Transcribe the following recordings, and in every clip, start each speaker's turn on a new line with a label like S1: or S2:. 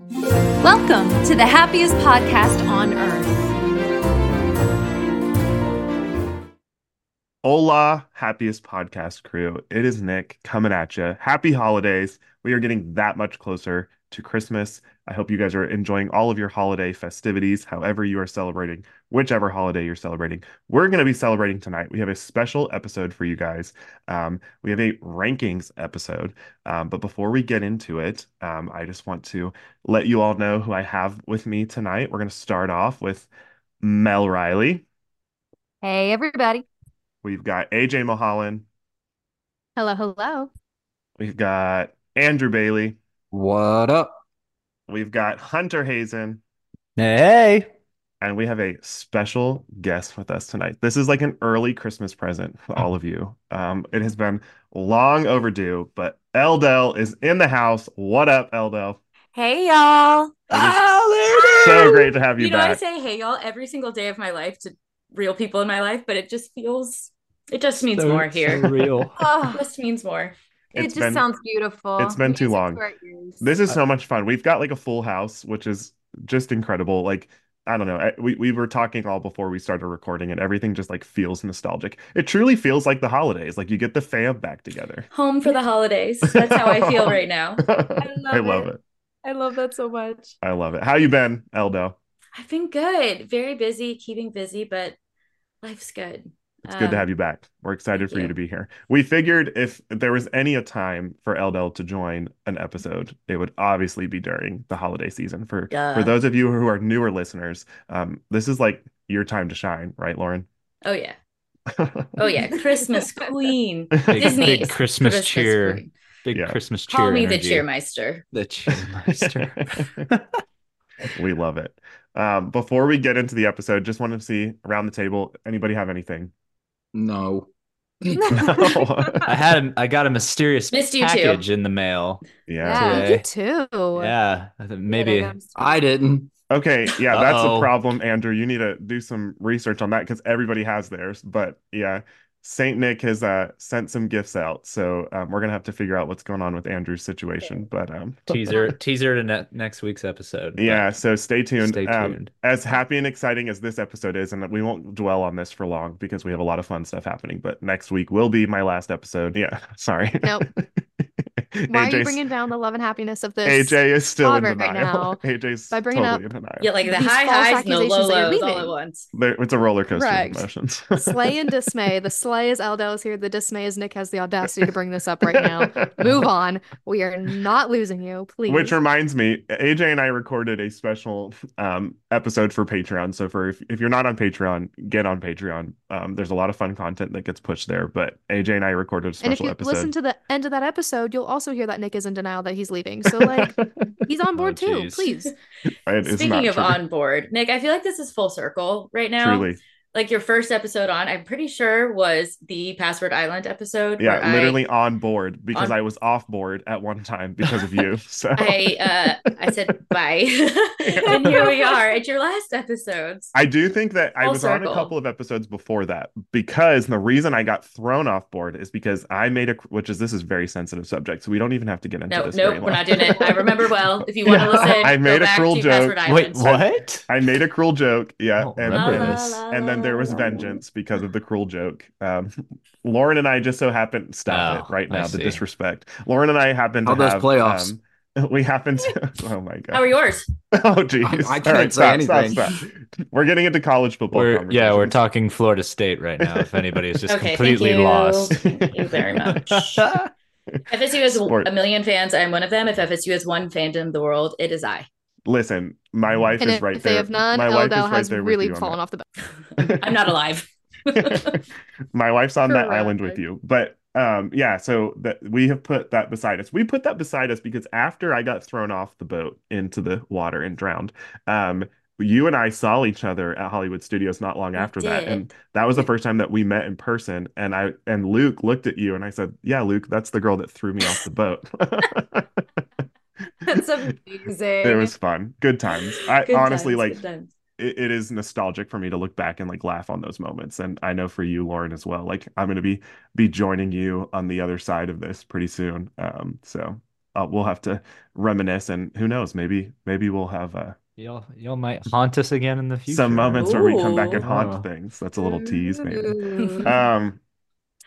S1: Welcome to the happiest podcast on earth.
S2: Hola, happiest podcast crew. It is Nick coming at you. Happy holidays. We are getting that much closer to Christmas. I hope you guys are enjoying all of your holiday festivities, however, you are celebrating, whichever holiday you're celebrating. We're going to be celebrating tonight. We have a special episode for you guys. Um, we have a rankings episode. Um, but before we get into it, um, I just want to let you all know who I have with me tonight. We're going to start off with Mel Riley.
S1: Hey, everybody.
S2: We've got AJ Mulholland.
S1: Hello, hello.
S2: We've got Andrew Bailey.
S3: What up?
S2: We've got Hunter Hazen.
S3: Hey.
S2: And we have a special guest with us tonight. This is like an early Christmas present for all of you. Um, it has been long overdue, but Eldell is in the house. What up, Eldell?
S4: Hey y'all. Oh,
S2: It is so great to have you,
S4: You know, I
S2: back.
S4: say hey y'all every single day of my life to real people in my life, but it just feels it just means
S3: So-
S4: more
S3: so
S4: here.
S3: real.
S4: oh, it just means more.
S1: It
S2: It's
S1: just
S2: been-
S1: sounds beautiful.
S2: it's been too
S1: Music
S2: long.
S1: to our ears.
S2: This is so much fun. We've got like a full house, which is just incredible. Like, I don't know. I- We we were talking all before we started recording, and everything just like feels nostalgic. It truly feels like the holidays. Like you get the fam back together.
S4: Home for the holidays. That's how I feel right now.
S2: I
S1: love
S2: love
S1: it.
S2: it.
S1: I love that so much.
S2: I love it. How you been, Eldo?
S4: I've been good. Very busy, keeping busy, but life's good.
S2: It's good to have you back. We're excited
S4: Um, thank
S2: for you.
S4: you.
S2: to be here. We figured if there was any a time for Eldel to join an episode, it would obviously be during the holiday season. For for
S4: Duh.
S2: those of you who are newer listeners, um, this is like your time to shine, right, Lauren?
S4: Oh yeah. Oh yeah. Christmas Queen.
S3: Big,
S4: Disney
S3: big
S4: is
S3: Christmas cheer.
S4: Queen.
S3: Big
S2: Yeah.
S3: Christmas cheer.
S4: Call me the
S3: energy.
S4: cheermeister.
S3: The cheermeister.
S2: we love it. Um, before we get into the episode, just want to see around the table. Anybody have anything?
S5: No.
S3: I had a, I got a mysterious
S4: Missed you too.
S3: package in the mail.
S2: yeah.
S1: yeah,
S3: today.
S1: you too.
S3: Yeah, I think maybe
S5: I didn't.
S2: Okay, yeah, that's a
S3: Uh-oh.
S2: problem, Andrew. You need to do some research on that because everybody has theirs. But yeah, Saint Nick has uh, sent some gifts out, so um, we're gonna have to figure out what's going on with Andrew's situation. But um,
S3: teaser teaser to ne- next week's episode. but
S2: yeah, so stay tuned.
S3: Stay
S2: Um,
S3: tuned.
S2: as happy and exciting as this episode is, and we won't dwell on this for long because we have a lot of fun stuff happening. But next week will be my last episode. Yeah, sorry.
S6: Nope. Why are you
S2: AJ's
S6: bringing down the love and happiness of this?
S2: AJ is still in
S6: proverb right
S2: denial.
S6: now
S2: AJ's
S6: by bringing
S2: totally
S6: up-
S2: in denial.
S4: Yeah, like the
S6: These
S4: high
S6: false
S4: highs, no low
S6: accusations that you're
S4: lows all
S6: leaving.
S4: at once.
S2: There, it's a roller coaster
S6: Correct.
S2: of emotions.
S6: Slay and dismay. The slay is Eldel is here. The dismay is Nick has the audacity to bring this up right now. Move on. We are not losing you, please.
S2: Which reminds me, AJ and I recorded a special um, episode for Patreon. So for if, if you're not on Patreon, get on Patreon. Um, there's a lot of fun content that gets pushed there. But AJ and I recorded a
S6: and if
S2: special
S6: you
S2: episode.
S6: listen to the end of that episode, you'll also hear that Nick is in denial that he's leaving. So like he's on board
S3: Oh,
S6: too.
S3: jeez.
S6: Please.
S2: It is not
S4: Speaking of
S2: true.
S4: on board, Nick, I feel like this is full circle right now.
S2: truly,
S4: Like your first episode on, I'm pretty sure was the Password Island episode. where
S2: yeah,
S4: I-
S2: literally on board because
S4: On-
S2: I was off board at one time because of you. So
S4: I uh I said bye. and here we are at your last episodes.
S2: I do think that I
S4: Full
S2: was on a
S4: circle.
S2: couple of episodes before that because the reason I got thrown off board is because I made a which is this is very sensitive subject, so we don't even have to get into
S4: No,
S2: this.
S4: nope,
S2: very
S4: we're
S2: long.
S4: not doing it. I remember well. If you want
S2: Yeah,
S4: to listen,
S2: I made
S4: go
S2: a
S4: back
S2: cruel
S4: to
S2: joke.
S4: Password
S3: Wait,
S4: Island.
S3: what?
S2: I made a cruel joke,
S3: I
S2: yeah,
S3: don't
S2: and
S3: remember
S4: La, la,
S3: this.
S4: la,
S2: and then there was
S4: la, la.
S2: vengeance because of the cruel joke. Um, Lauren and I just so happened stop it
S3: Oh,
S2: right
S3: I
S2: now. The
S3: see.
S2: disrespect. Lauren and I happened to
S5: How those
S2: have
S5: playoffs?
S2: Um, we happened to. Oh my
S4: How
S2: god.
S4: are yours?
S2: Oh geez.
S5: I- I
S2: All
S5: can't
S2: right,
S5: say
S2: stop,
S5: anything.
S2: Stop, stop. We're getting into college football.
S3: We're, yeah, we're
S2: conversations.
S3: talking Florida State right now. If anybody is just
S4: Okay, thank
S3: completely
S4: you.
S3: lost.
S4: Thank you very much. FSU has
S2: Sport.
S4: a million fans. I'm one of them. If FSU has one fandom in the world, it is I.
S2: Listen, my wife
S6: And
S2: is
S6: if
S2: right
S6: they
S2: there.
S6: have none,
S2: my wife is
S6: Eldel
S2: right
S6: has
S2: there with
S6: really
S2: you on
S6: fallen
S2: that.
S6: off the
S4: I'm not alive.
S2: my wife's on that island with
S6: Correct.
S2: you but um yeah so that we have put that beside us we put that beside us because after i got thrown off the boat into the water and drowned um you and i saw each other at hollywood studios not long
S4: We
S2: after that and
S4: did.
S2: that was the first time that we met in person and i and luke looked at you and i said yeah luke that's the girl that threw me off the boat
S6: That's amazing.
S2: it was fun good times i
S4: Good
S2: honestly
S4: times,
S2: like
S4: good times.
S2: it, it is nostalgic for me to look back and like laugh on those moments and i know for you lauren as well like i'm going to be be joining you on the other side of this pretty soon um so uh, we'll have to reminisce, and who knows, maybe maybe we'll have uh,
S3: Y'all, y'all might haunt us again in the future.
S2: some moments where we come back and haunt
S3: Ooh.
S2: things. That's a little tease, maybe.
S6: Ooh.
S2: Um,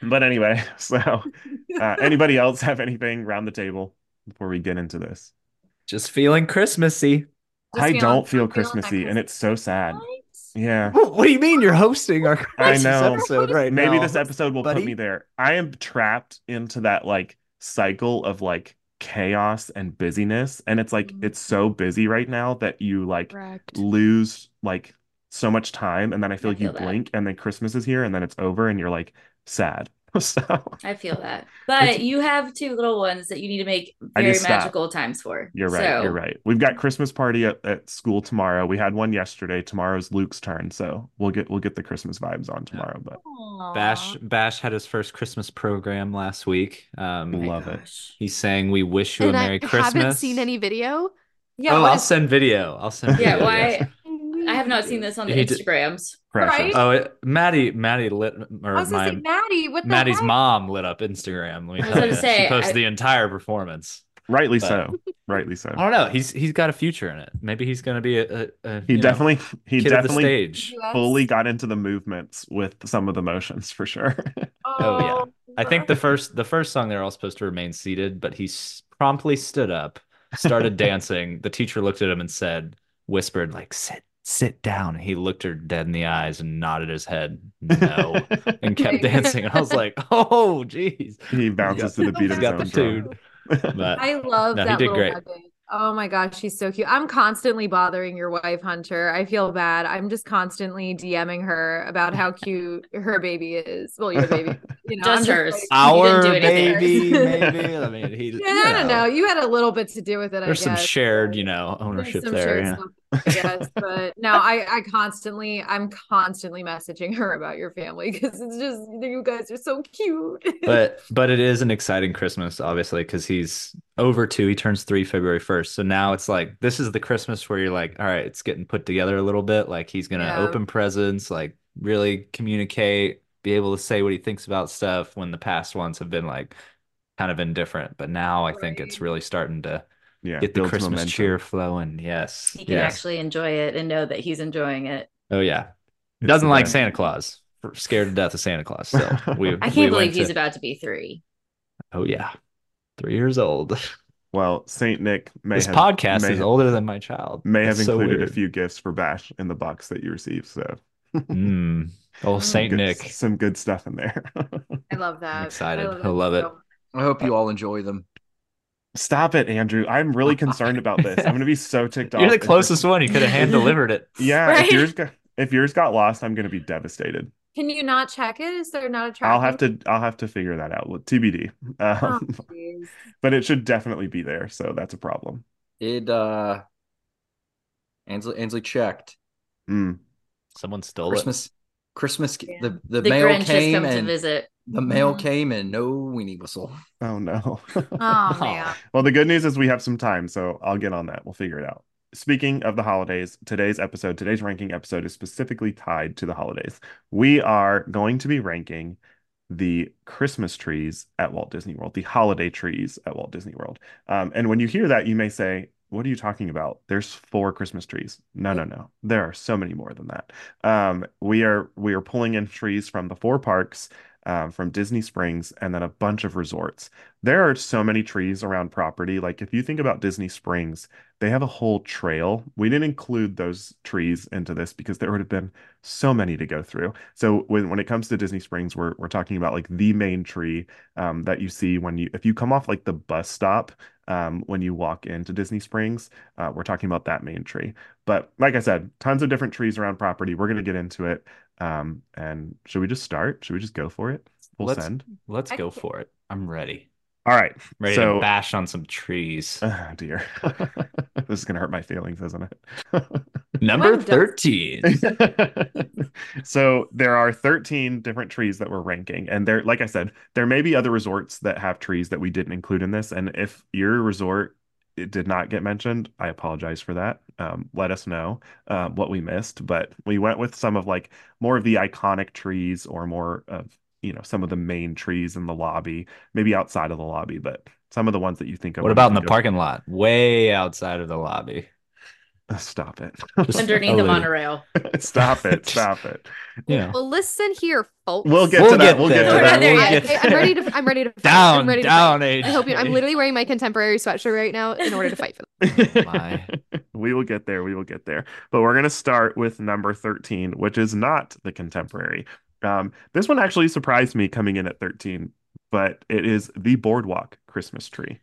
S2: but anyway, so uh, anybody else have anything round the table before we get into this?
S3: Just feeling Christmassy.
S6: Just
S2: I
S6: feeling-
S2: don't feel
S6: feeling that
S2: Christmassy, and
S6: Christmas-
S2: it's so sad. Yeah.
S3: What, what do you mean you're hosting our Christmas
S2: know.
S3: episode right
S2: Maybe
S3: now?
S2: this episode will put
S3: buddy.
S2: me there. I am trapped into that like cycle of like chaos and busyness. And it's like,
S6: Mhm.
S2: it's so
S4: Mm-hmm.
S2: busy right now that you like
S6: Correct.
S2: lose like so much time. And then I feel
S4: I
S2: like you
S4: feel that.
S2: blink and then Christmas is here and then it's over and you're like sad. So
S4: I feel that. But
S2: It's-
S4: you have two little ones that you need to make
S2: I need
S4: very
S2: to stop.
S4: magical times for.
S2: you're right.
S4: So
S2: You're right. We've got Christmas party at, at school tomorrow. We had one yesterday. Tomorrow's Luke's turn. So we'll get, we'll get the Christmas vibes
S4: Oh.
S2: on tomorrow, but
S3: Bash Bash had his first Christmas program last week.
S4: Oh
S3: Um,
S4: my
S2: Love it.
S4: gosh.
S3: he sang "We Wish You
S6: and
S3: a Merry
S6: I
S3: Christmas."
S6: haven't seen any video.
S1: Yeah,
S3: oh,
S1: what
S3: I'll
S1: is-
S3: send video. I'll send.
S4: Yeah,
S3: video,
S4: why
S3: yes.
S4: I have not seen this on the
S3: He did-
S4: Instagrams.
S2: pressure.
S1: Right?
S3: Oh, it, Maddie, Maddie lit or
S1: I was gonna
S3: my
S1: say Maddie. What the
S3: Maddie's
S1: heck?
S3: mom lit up Instagram. Let me
S4: I was
S3: tell
S4: gonna
S3: you,
S4: say,
S3: she posted
S4: I-
S3: the entire performance.
S2: Rightly
S3: But-
S2: so. Rightly so.
S3: I don't know. He's he's got a future in it. Maybe he's gonna be a, a, a
S2: He
S3: you know,
S2: definitely, he
S3: kid of the
S2: definitely
S3: stage.
S1: US?
S2: fully got into the movements with some of the motions for sure.
S3: Oh, yeah. I think the first the first song they're all supposed to remain seated, but he s- promptly stood up, started dancing. The teacher looked at him and said, whispered like sit sit down. He looked her dead in the eyes and nodded his head no and kept dancing. And I was like, oh geez.
S2: he bounces to the beat of
S3: He's
S2: his
S3: got
S2: own
S3: the
S2: drum.
S3: dude. But
S1: I love
S3: No, he
S1: that
S3: did
S1: little
S3: great.
S1: nugget. Oh my gosh, she's so cute. I'm constantly bothering your wife, Hunter. I feel bad. I'm just constantly DMing her about how cute her baby is. Well, your baby, you know,
S4: Just
S1: I'm
S4: hers.
S1: like,
S3: our
S4: do anything.
S3: baby, maybe. I mean, he.
S1: yeah, I don't know. You had a little bit to do with it. I
S3: There's some
S1: guess.
S3: shared, you know,
S1: There's
S3: ownership
S1: some
S3: there.
S1: shared
S3: Yeah.
S1: stuff, I guess, but no, I, I constantly, I'm constantly messaging her about your family because it's just you guys are so cute.
S3: But but it is an exciting Christmas, obviously, because he's over two. He turns three February first. So now it's like this is the Christmas where you're like, all right, it's getting put together a little bit. Like he's gonna
S1: Yeah.
S3: open presents, like really communicate, be able to say what he thinks about stuff. When the past ones have been like kind of indifferent, but now I think it's
S1: Right.
S3: really starting to
S2: Yeah,
S3: get the
S2: builds
S3: Christmas
S2: momentum.
S3: cheer flowing. Yes,
S4: He can
S3: yes.
S4: actually enjoy it and know that he's enjoying it.
S3: Oh yeah,
S2: It's
S3: doesn't
S2: the
S3: like
S2: best.
S3: Santa Claus. We're Scared to death of Santa Claus. So we.
S4: I can't
S3: we
S4: believe
S3: went
S4: he's
S3: to-
S4: about to be three.
S3: Oh yeah, three years old.
S2: Well, Saint Nick may
S3: this
S2: have
S3: podcast
S2: may
S3: is
S2: have-
S3: older than my child.
S2: May have
S3: That's so
S2: included
S3: weird.
S2: a few gifts for Bash in the box that you received. So
S3: Mm. Oh, Saint
S2: good-
S3: Nick.
S2: some good stuff in there.
S1: I love that. I
S3: excited.
S1: love
S3: I love it.
S1: so
S5: I hope you all enjoy them.
S2: Stop it, Andrew. I'm really concerned about this. I'm gonna be so ticked off.
S3: You're the
S2: if-
S3: closest one. You could have hand delivered it.
S2: Yeah, if
S4: Right?
S2: yours got if yours got lost, I'm gonna be devastated.
S1: Can you not check it? Is there not a track?
S2: I'll have to I'll have to figure that out. Well, TBD.
S1: Oh,
S2: Um,
S1: jeez.
S2: but it should definitely be there, so that's a problem.
S5: It uh Ansley Ansley checked.
S2: Mm.
S3: Someone stole
S5: Christmas Christmas the, the
S4: The
S5: mail
S4: Grinch has
S5: came
S4: come to
S5: and
S4: visit. Mm-hmm.
S5: the mail
S1: Mhm.
S5: came and no weenie whistle.
S2: Oh no.
S1: Oh,
S3: it.
S1: man.
S2: Well, the good news is we have some time, so I'll get on that. We'll figure it out. Speaking of the holidays, today's episode, today's ranking episode is specifically tied to the holidays. We are going to be ranking the Christmas trees at Walt Disney World, the holiday trees at Walt Disney World. Um, and when you hear that, you may say, What are you talking about? There's four Christmas trees. No, no, no. There are so many more than that. Um, we are we are pulling in trees from the four parks, um, from Disney Springs, and then a bunch of resorts. There are so many trees around property. Like if you think about Disney Springs, they have a whole trail. We didn't include those trees into this because there would have been so many to go through. So when when it comes to Disney Springs, we're we're talking about like the main tree um, that you see when you if you come off like the bus stop um, when you walk into Disney Springs. Uh, we're talking about that main tree. But like I said, tons of different trees around property. We're gonna get into it. Um, and should we just start? Should we just go for it? Full
S3: Let's-
S2: send.
S3: Let's go for it. I'm ready.
S2: All right.
S3: Ready
S2: So-
S3: to bash on some trees.
S2: Oh dear. This is gonna hurt my feelings, isn't it?
S3: Number
S1: One does-
S3: thirteen.
S2: So there are 13 different trees that we're ranking. And there, like I said, there may be other resorts that have trees that we didn't include in this. And if your resort it did not get mentioned, I apologize for that. Um, let us know uh, what we missed. But we went with some of like more of the iconic trees or more of, you know, some of the main trees in the lobby, maybe outside of the lobby, but Some of the ones that you think of.
S3: What
S2: when
S3: about in
S2: you
S3: the
S2: think
S3: parking lot, way outside of the lobby?
S2: of- Stop it.
S3: Just
S4: underneath
S3: alluded.
S4: the monorail.
S2: Stop it. Stop it.
S3: You know,
S6: Well, listen here, folks.
S2: We'll get
S3: We'll
S2: to
S3: get
S2: that. We'll get to
S4: there.
S2: that.
S4: We'll
S6: I,
S4: get
S6: I, am ready to. I'm ready to. fight.
S3: down,
S6: I'm ready to
S3: down.
S6: fight.
S3: AJ.
S6: I hope you. I'm literally wearing my contemporary sweatshirt right now in order to fight for
S3: My.
S2: we will get there. We will get there. But we're going to start with number 13, which is not the contemporary. Um, this one actually surprised me coming in at 13, but it is the Boardwalk Christmas tree.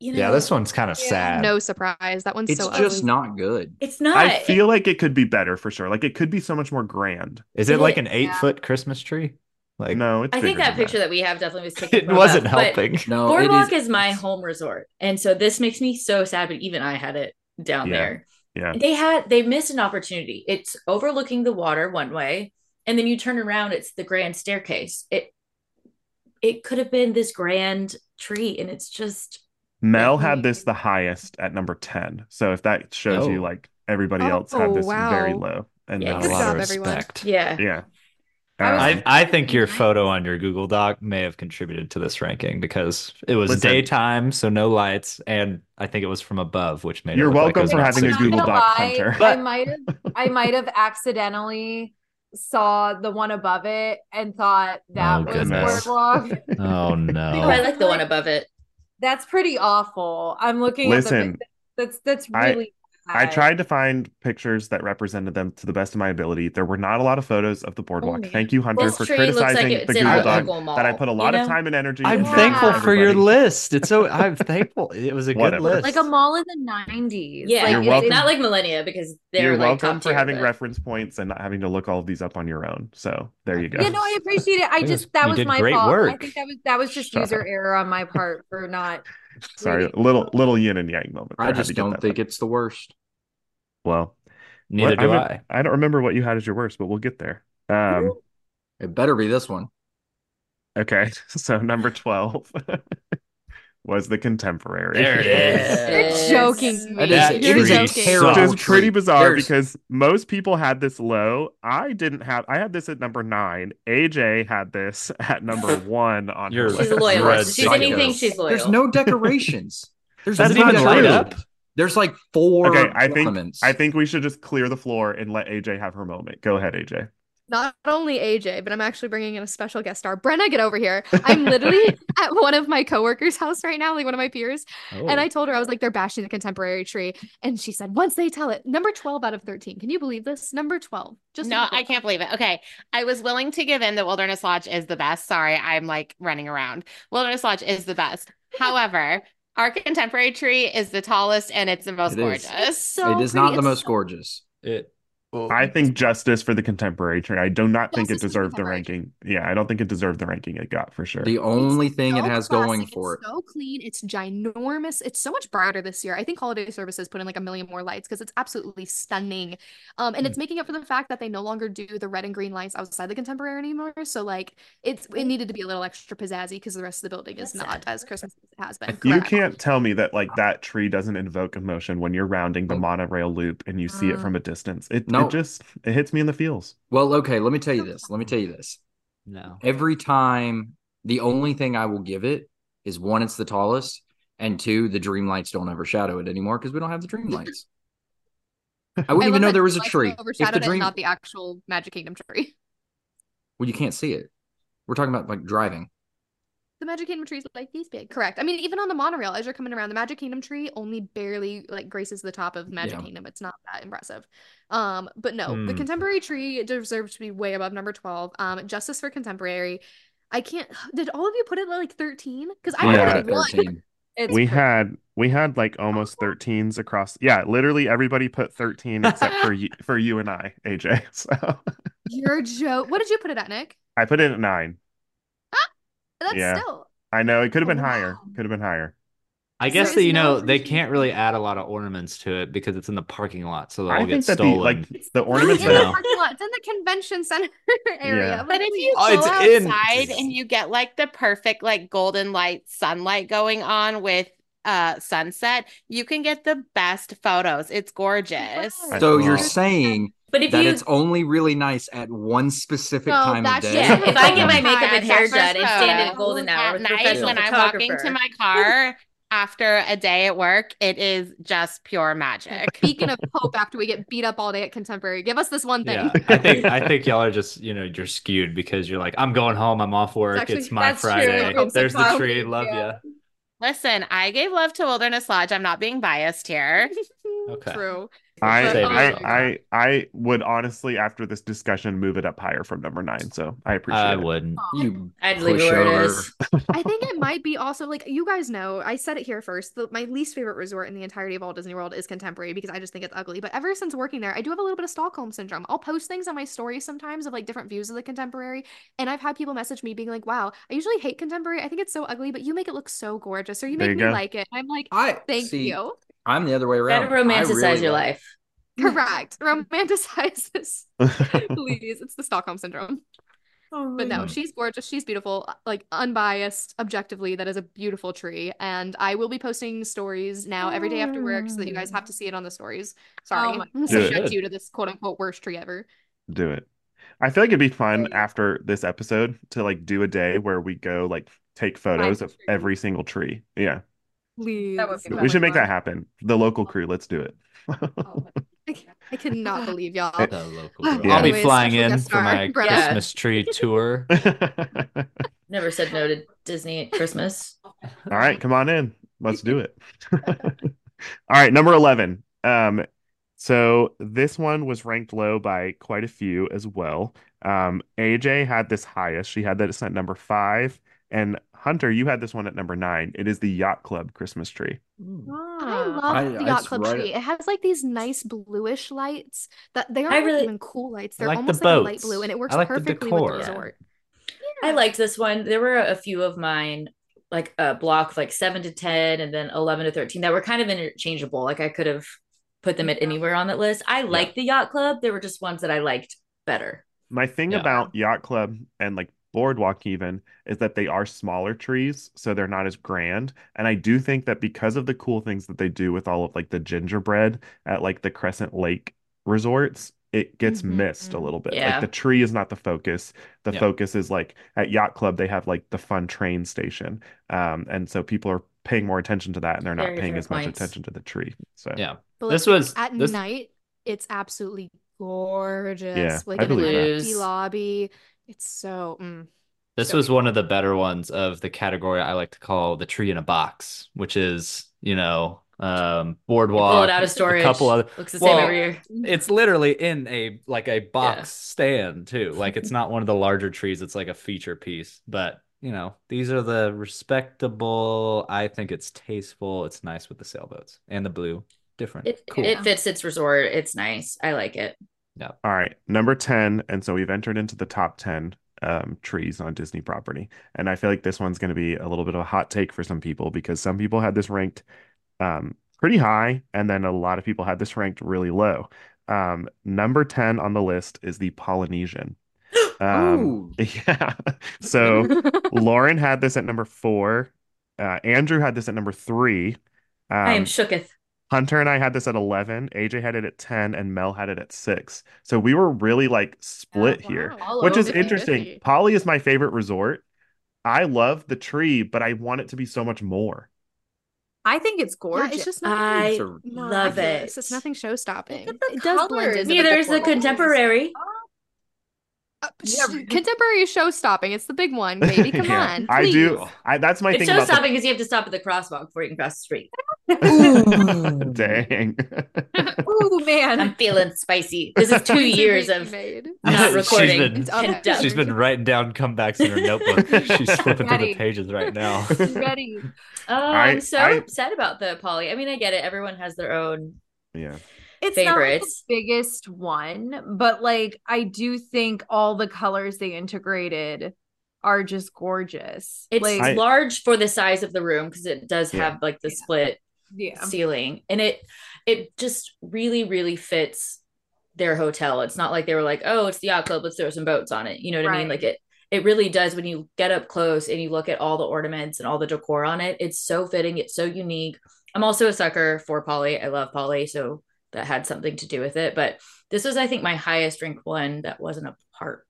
S4: You know,
S3: Yeah, this one's kind of
S4: Yeah.
S3: sad.
S6: them. No surprise. That one's
S5: It's
S6: so
S5: just
S6: ugly.
S5: not good.
S4: it's not.
S2: I feel like it could be better for sure. Like it could be so much more grand.
S3: Is it like
S4: Yeah.
S3: an eight foot Christmas tree? Like
S2: no, it's
S4: I
S2: bigger
S4: think
S2: than
S4: that picture that. we have definitely was taken.
S3: it
S4: from
S3: wasn't
S4: above, but
S3: helping.
S5: No, Oh, it
S4: Boardwalk is, my
S5: it's-
S4: home resort, and so this makes me so sad. But even I had it down
S2: Yeah.
S4: there.
S2: Yeah.
S4: they had they missed an opportunity. It's overlooking the water one way, and then you turn around. It's the grand staircase. It it could have been this grand tree, and it's just
S2: Mel
S4: Definitely.
S2: had this the highest at number 10. So if that shows you
S3: Oh.
S2: like everybody
S6: Oh,
S2: else had this very
S6: wow.
S2: low. And
S4: Yeah,
S2: Mel
S3: Not
S6: Good
S3: a
S2: was-
S3: lot
S6: job,
S3: of
S6: everyone. Mm-hmm.
S3: respect.
S4: yeah.
S2: Yeah.
S1: I was-
S2: Um,
S3: I, I think your photo on your Google Doc may have contributed to this ranking because it was
S2: Listen.
S3: daytime, so no lights, and I think it was from above, which made it
S2: You're
S3: look like it
S2: welcome
S3: was
S2: for
S3: around
S2: having a
S3: six
S1: Not
S2: Google
S1: gonna
S2: Doc
S3: people.
S2: hunter.
S1: I
S2: But-
S1: might have I might have accidentally saw the one above it and thought that
S3: Oh,
S1: was
S3: goodness.
S1: boardwalk.
S3: Oh
S4: Oh,
S3: no!
S4: I like the one above it.
S1: That's pretty awful. I'm looking at the
S2: Listen,
S1: pic- that's that's
S2: I-
S1: really
S2: I
S1: bad.
S2: tried to find pictures that represented them to the best of my ability. There were not a lot of photos of the boardwalk.
S1: man.
S2: Thank you, Hunter,
S4: This
S2: for
S4: tree looks like
S2: criticizing
S4: it's
S2: the
S4: in
S2: Google
S4: our
S5: Google
S2: Doc
S4: local mall.
S2: that I put a lot
S4: you
S2: of
S4: know?
S2: time and energy.
S3: I'm
S2: into.
S3: thankful for your
S2: Everybody.
S3: list. It's so I'm thankful. It was a good
S2: Whatever.
S3: list.
S1: like a mall in the 90s.
S4: Yeah,
S1: like,
S2: You're
S4: it's
S2: welcome.
S4: not like millennia because they're
S2: You're
S4: like
S2: welcome
S4: top
S2: for
S4: tier,
S2: having
S4: but-
S2: reference points and not having to look all of these up on your own. So there you go.
S1: Yeah, no, I appreciate it. I
S3: It
S1: just
S3: was-
S1: that
S3: you
S1: was
S3: did
S1: my
S3: great
S1: fault. I
S3: work.
S1: think that was that was just
S2: Shut
S1: user
S2: up.
S1: error on my part for not.
S2: Sorry,
S1: reading.
S2: little little yin and yang moment. there.
S5: I
S2: had to
S5: just
S2: get
S5: don't
S2: that
S5: think
S2: in.
S5: it's the worst.
S2: Well,
S3: Neither
S2: what-
S3: do
S2: I'm a-
S3: I.
S2: I don't remember what you had as your worst, but we'll get there. Um,
S5: It better be this one.
S2: okay, so number twelve was the contemporary.
S3: There it is.
S1: You're joking me.
S5: It is, it is
S1: You're
S5: a
S3: tree
S1: joking.
S5: terrible
S2: Which is
S5: tree.
S2: pretty bizarre
S5: There's-
S2: because most people had this low. I didn't have. I had this at number nine. AJ had this at number one on her
S3: You're-
S4: She's
S2: list.
S4: a loyalist.
S3: Red
S4: She's
S3: psycho.
S4: anything. She's loyal.
S5: There's no decorations. There's
S3: Doesn't
S5: none
S3: even
S5: at
S3: light
S5: all.
S3: up.
S5: There's like four
S2: Okay, I think-
S5: ornaments.
S2: I think we should just clear the floor and let AJ have her moment. Go ahead, AJ.
S6: Not only AJ, but I'm actually bringing in a special guest star. Brenna, get over here. I'm literally at one of my coworkers' house right now, like one of my peers,
S5: Oh.
S2: Oh,
S6: and I told her I was like, they're bashing the contemporary tree, and she said, once they tell it, number twelve out of thirteen. Can you believe this? Number twelve. Just
S7: no,
S6: number
S7: I
S6: 12.
S7: can't believe it. Okay. I was willing to give in that Wilderness Lodge is the best. Sorry, I'm like running around. Wilderness Lodge is the best. However, our contemporary tree is the tallest and it's the most
S5: It is.
S7: gorgeous.
S6: so
S5: it is
S6: pretty.
S5: not the
S6: It's
S5: most
S6: so-
S5: gorgeous.
S3: It.
S2: I think justice for the contemporary tree. I do not think it
S6: Justice for the
S2: deserved the
S6: contemporary.
S2: ranking. Yeah, I don't think it deserved the ranking it got for sure.
S5: The only
S6: It's
S5: thing it
S6: so
S5: has
S6: classy,
S5: going
S6: it's
S5: for it.
S6: So clean. It's ginormous. It's so much brighter this year. I think Holiday Services put in like a million more lights because it's absolutely stunning. Um, and
S5: Mm.
S6: it's making up for the fact that they no longer do the red and green lights outside the contemporary anymore. So like it's it needed to be a little extra pizzazzy because the rest of the building is
S4: That's
S6: not
S4: it.
S6: as Christmas as it has been.
S5: think-
S2: You
S6: Correct.
S2: can't tell me that like that tree doesn't invoke emotion when you're rounding the
S5: Oh.
S2: monorail loop and you see it
S1: Mm.
S2: from a distance. It
S5: No.
S2: it just it hits me in the feels.
S5: Well, okay, let me tell you this. Let me tell you this.
S3: No.
S5: Every time, the only thing I will give it is one, it's the tallest, and two, the dream lights don't overshadow it anymore because we don't have the dream lights. I wouldn't
S6: I
S5: even
S6: love
S5: know
S6: that
S5: there was a
S6: Dream Lights
S5: tree. If
S6: Overshadowed
S5: the
S6: it,
S5: dream,
S6: not the actual Magic Kingdom tree.
S5: well, you can't see it. We're talking about like driving.
S6: The Magic Kingdom tree is like these big. Correct. I mean, even on the monorail, as you're coming around, the Magic Kingdom tree only barely like graces the top of Magic
S5: Yeah.
S6: Kingdom. It's not that impressive. Um, but no, the
S3: Hmm.
S6: contemporary tree deserves to be way above number 12. Um, justice for contemporary. I can't did all of you put it at like 13? Because I
S2: Yeah.
S6: put it
S5: Right
S6: at
S5: at
S6: one.
S5: 13.
S1: It's
S2: we
S1: crazy.
S2: had we had like almost 13s across. Yeah, literally everybody put 13 except for you, for you and I, AJ. So
S6: Your joke. What did you put it at, Nick?
S2: I put in at nine.
S6: That's
S2: Yeah.
S6: still
S2: I know it could have been
S6: Wow.
S2: higher. Could have been higher.
S3: I
S6: There
S3: guess that
S6: is
S3: you
S6: no
S3: know they
S6: appreciation.
S3: can't really add a lot of ornaments to it because it's in the parking lot, so they'll
S2: I
S3: all
S2: think
S3: get
S2: that
S3: stolen.
S2: the like
S6: It's
S2: the
S6: not
S2: ornaments
S6: in
S2: that
S6: the
S3: No.
S6: parking lot. It's in the convention center area.
S2: Yeah.
S7: But if you
S3: Oh,
S7: go
S3: it's in-
S7: outside and you get like the perfect like golden light sunlight going on with uh sunset, you can get the best photos. It's gorgeous.
S6: Wow.
S5: So
S2: Wow.
S5: you're saying
S4: But if
S5: that
S4: you
S5: it's only really nice at one specific
S6: No,
S5: time of
S6: that's
S5: day.
S4: yeah, if I get my
S7: Sometimes
S4: makeup and hair
S7: that's
S4: done and
S7: first
S4: stand in a
S7: photo.
S4: golden hour
S7: at
S4: with
S7: night
S4: professional
S7: when I walk
S4: photographer,
S7: into my car after a day at work, it is just pure magic.
S6: Beacon of hope after we get beat up all day at contemporary. Give us this one thing.
S3: Yeah, I think I think y'all are just you know you're skewed because you're like I'm going home. I'm off work.
S6: actually-
S3: it's my
S1: that's true.
S3: Friday.
S1: It's
S3: There's the
S1: cloudy,
S3: tree. Love ya.
S1: yeah.
S7: Listen, I gave love to Wilderness Lodge. I'm not being biased here.
S3: Okay.
S6: True.
S2: I,
S3: Save
S2: I,
S3: it.
S2: I, I would honestly, after this discussion, move it up higher from number nine. So I appreciate
S3: I
S2: it.
S3: wouldn't.
S5: You
S4: I'd leave it where it
S5: pushover.
S4: is.
S6: I think it might be also like you guys know. I said it here first. The, my least favorite resort in the entirety of all Disney World is Contemporary because I just think it's ugly. But ever since working there, I do have a little bit of Stockholm syndrome. I'll post things on my stories sometimes of like different views of the Contemporary, and I've had people message me being like, "Wow, I usually hate Contemporary. I think it's so ugly, but you make it look so gorgeous, or you
S2: There
S6: make
S2: you
S6: me
S2: go.
S6: like it." And I'm like,
S5: I
S6: "Thank
S5: see,
S6: you."
S5: I'm the other way around.
S4: Gotta romanticize
S5: I really
S4: your
S5: like-
S4: life.
S6: Correct. Romanticizes. Please, it's the Stockholm syndrome. But no,
S3: God.
S6: she's gorgeous. She's beautiful, uh, like unbiased, objectively. That is a beautiful tree. And I will be posting stories now every day after work so that you guys have to see it on the stories. Sorry.
S1: my
S6: I'm
S2: Do it.
S6: subject you to this quote unquote worst tree ever.
S2: Do it. I feel like it'd be fun after this episode to like do a day where we go like take photos of
S6: tree.
S2: every single tree. Yeah.
S6: Please.
S1: That would be
S2: we
S1: Definitely
S2: should make
S1: fun.
S2: that happen. The local crew, let's do it.
S6: Oh I cannot believe y'all.
S3: So local.
S6: Yeah.
S3: I'll be
S6: Anyways,
S3: flying
S6: special
S3: in
S6: guest
S3: for my
S6: star, Greta.
S3: Christmas tree tour.
S4: Never said no to Disney at Christmas.
S2: All right, come on in. Let's do it. All right, number 11. Um so this one was ranked low by quite a few as well. Um AJ had this highest. She had that at number 5 and Hunter, you had this one at number 9. It is the Yacht Club Christmas tree.
S6: I love
S5: I-
S6: the
S5: I-
S6: yacht
S5: it's
S6: club
S5: right-
S6: tree. It has like these nice bluish lights that they aren't like,
S4: really-
S6: even cool lights.
S3: I
S6: They're
S3: like the
S6: almost like a light
S3: boats.
S6: blue, and it works
S3: I like the
S6: perfectly with the
S3: decor.
S6: resort.
S4: I liked this one. There were a few of mine, like a block of like seven to 10 and then 11 to 13 that were kind of interchangeable. Like I could have put them at anywhere on that list. I liked the yacht club. There were just ones that I liked better.
S2: My thing
S3: Yeah.
S2: about Yacht Club and like Boardwalk even is that they are smaller trees, so they're not as grand. And I do think that because of the cool things that they do with all of like the gingerbread at like the Crescent Lake resorts, it gets
S6: Mhm.
S2: missed a little bit.
S4: Mm-hmm, Yeah.
S2: Like the tree is not the focus. The
S3: Yeah.
S2: focus is like at Yacht Club, they have like the fun train station. Um, and so people are paying more attention to that and they're not
S4: Very
S2: paying
S4: fair
S2: as much
S4: points.
S2: attention to the tree. So
S3: Yeah.
S6: But
S3: This
S6: like,
S3: was-
S6: at
S3: this-
S6: night. It's absolutely gorgeous.
S2: Yeah,
S6: like
S2: I
S6: in an
S2: believe that.
S6: empty lobby. It's so. Mm.
S3: This
S6: So
S3: was one of the better ones of the category I like to call the tree in a box, which is, you know, um
S4: You pull
S3: boardwalk.
S4: it out of storage.
S3: A couple other
S4: Looks the
S3: Well,
S4: same every year.
S3: it's literally in a like a box stand too. Like it's not one of the larger trees, it's like a feature piece. But you know, these are the respectable, I think it's tasteful, it's nice with the sailboats and the blue. Different.
S4: It,
S3: cool.
S4: it fits its resort. It's nice. I like it.
S2: All right, number 10. And so we've entered into the top 10 um, trees on Disney property. And I feel like this one's going to be a little bit of a hot take for some people because some people had this ranked um, pretty high, and then a lot of people had this ranked really low. Um, number 10 on the list is the Polynesian. Um,
S5: Ooh.
S2: yeah. So Lauren had this at number four. Uh, Andrew had this at number three.
S4: I am
S2: Um,
S4: shooketh.
S2: Hunter and I had this at 11, AJ had it at 10, and Mel had it at 6. So we were really like split here,
S6: All
S2: which
S6: over
S2: is
S6: 50-50.
S2: interesting. Polly is my favorite resort. I love the tree, but I want it to be so much more.
S1: I think it's gorgeous.
S6: Yeah, it's just
S4: I
S6: nothing.
S5: So-
S4: love
S6: miraculous.
S4: it.
S6: It's nothing show stopping.
S1: Look at the
S6: It does blend
S1: colors.
S6: in.
S4: Neither is the
S1: decor.
S4: contemporary.
S1: Yeah.
S6: Contemporary show stopping. It's the big one, baby. Come
S2: Yeah.
S6: on.
S2: I do.
S3: please.
S2: I, that's my
S4: It's
S2: thing
S4: show
S2: about the-
S4: stopping because you have to stop at the crosswalk before you can cross the street.
S2: Dang.
S1: Oh man.
S4: I'm feeling spicy. This is two
S6: These are
S4: years
S6: being
S4: of
S6: made.
S4: not
S3: She's
S4: recording.
S3: been-
S6: It's up.
S4: Yeah.
S3: She's been writing down comebacks in her notebook. She's flipping through the
S1: Ready.
S3: pages right now.
S1: ready.
S4: Oh,
S2: I-
S4: I'm so
S2: I-
S4: upset about the Polly. I mean, I get it. Everyone has their own.
S2: yeah.
S1: It's not like the
S4: Favorites.
S1: biggest one, but like I do think all the colors they integrated are just gorgeous.
S4: It's
S1: like
S2: I-
S4: large for the size of the room because it does
S2: Yeah.
S4: have like the split
S1: yeah.
S4: ceiling, and it it just really really fits their hotel. It's not like they were like, oh, it's the yacht club. Let's throw some boats on it. You know what I mean?
S1: Right.
S4: Like it it really does when you get up close and you look at all the ornaments and all the decor on it. It's so fitting. It's so unique. I'm also a sucker for Polly. I love Polly, so that had something to do with it. But this was, I think, my highest ranked one that wasn't a park.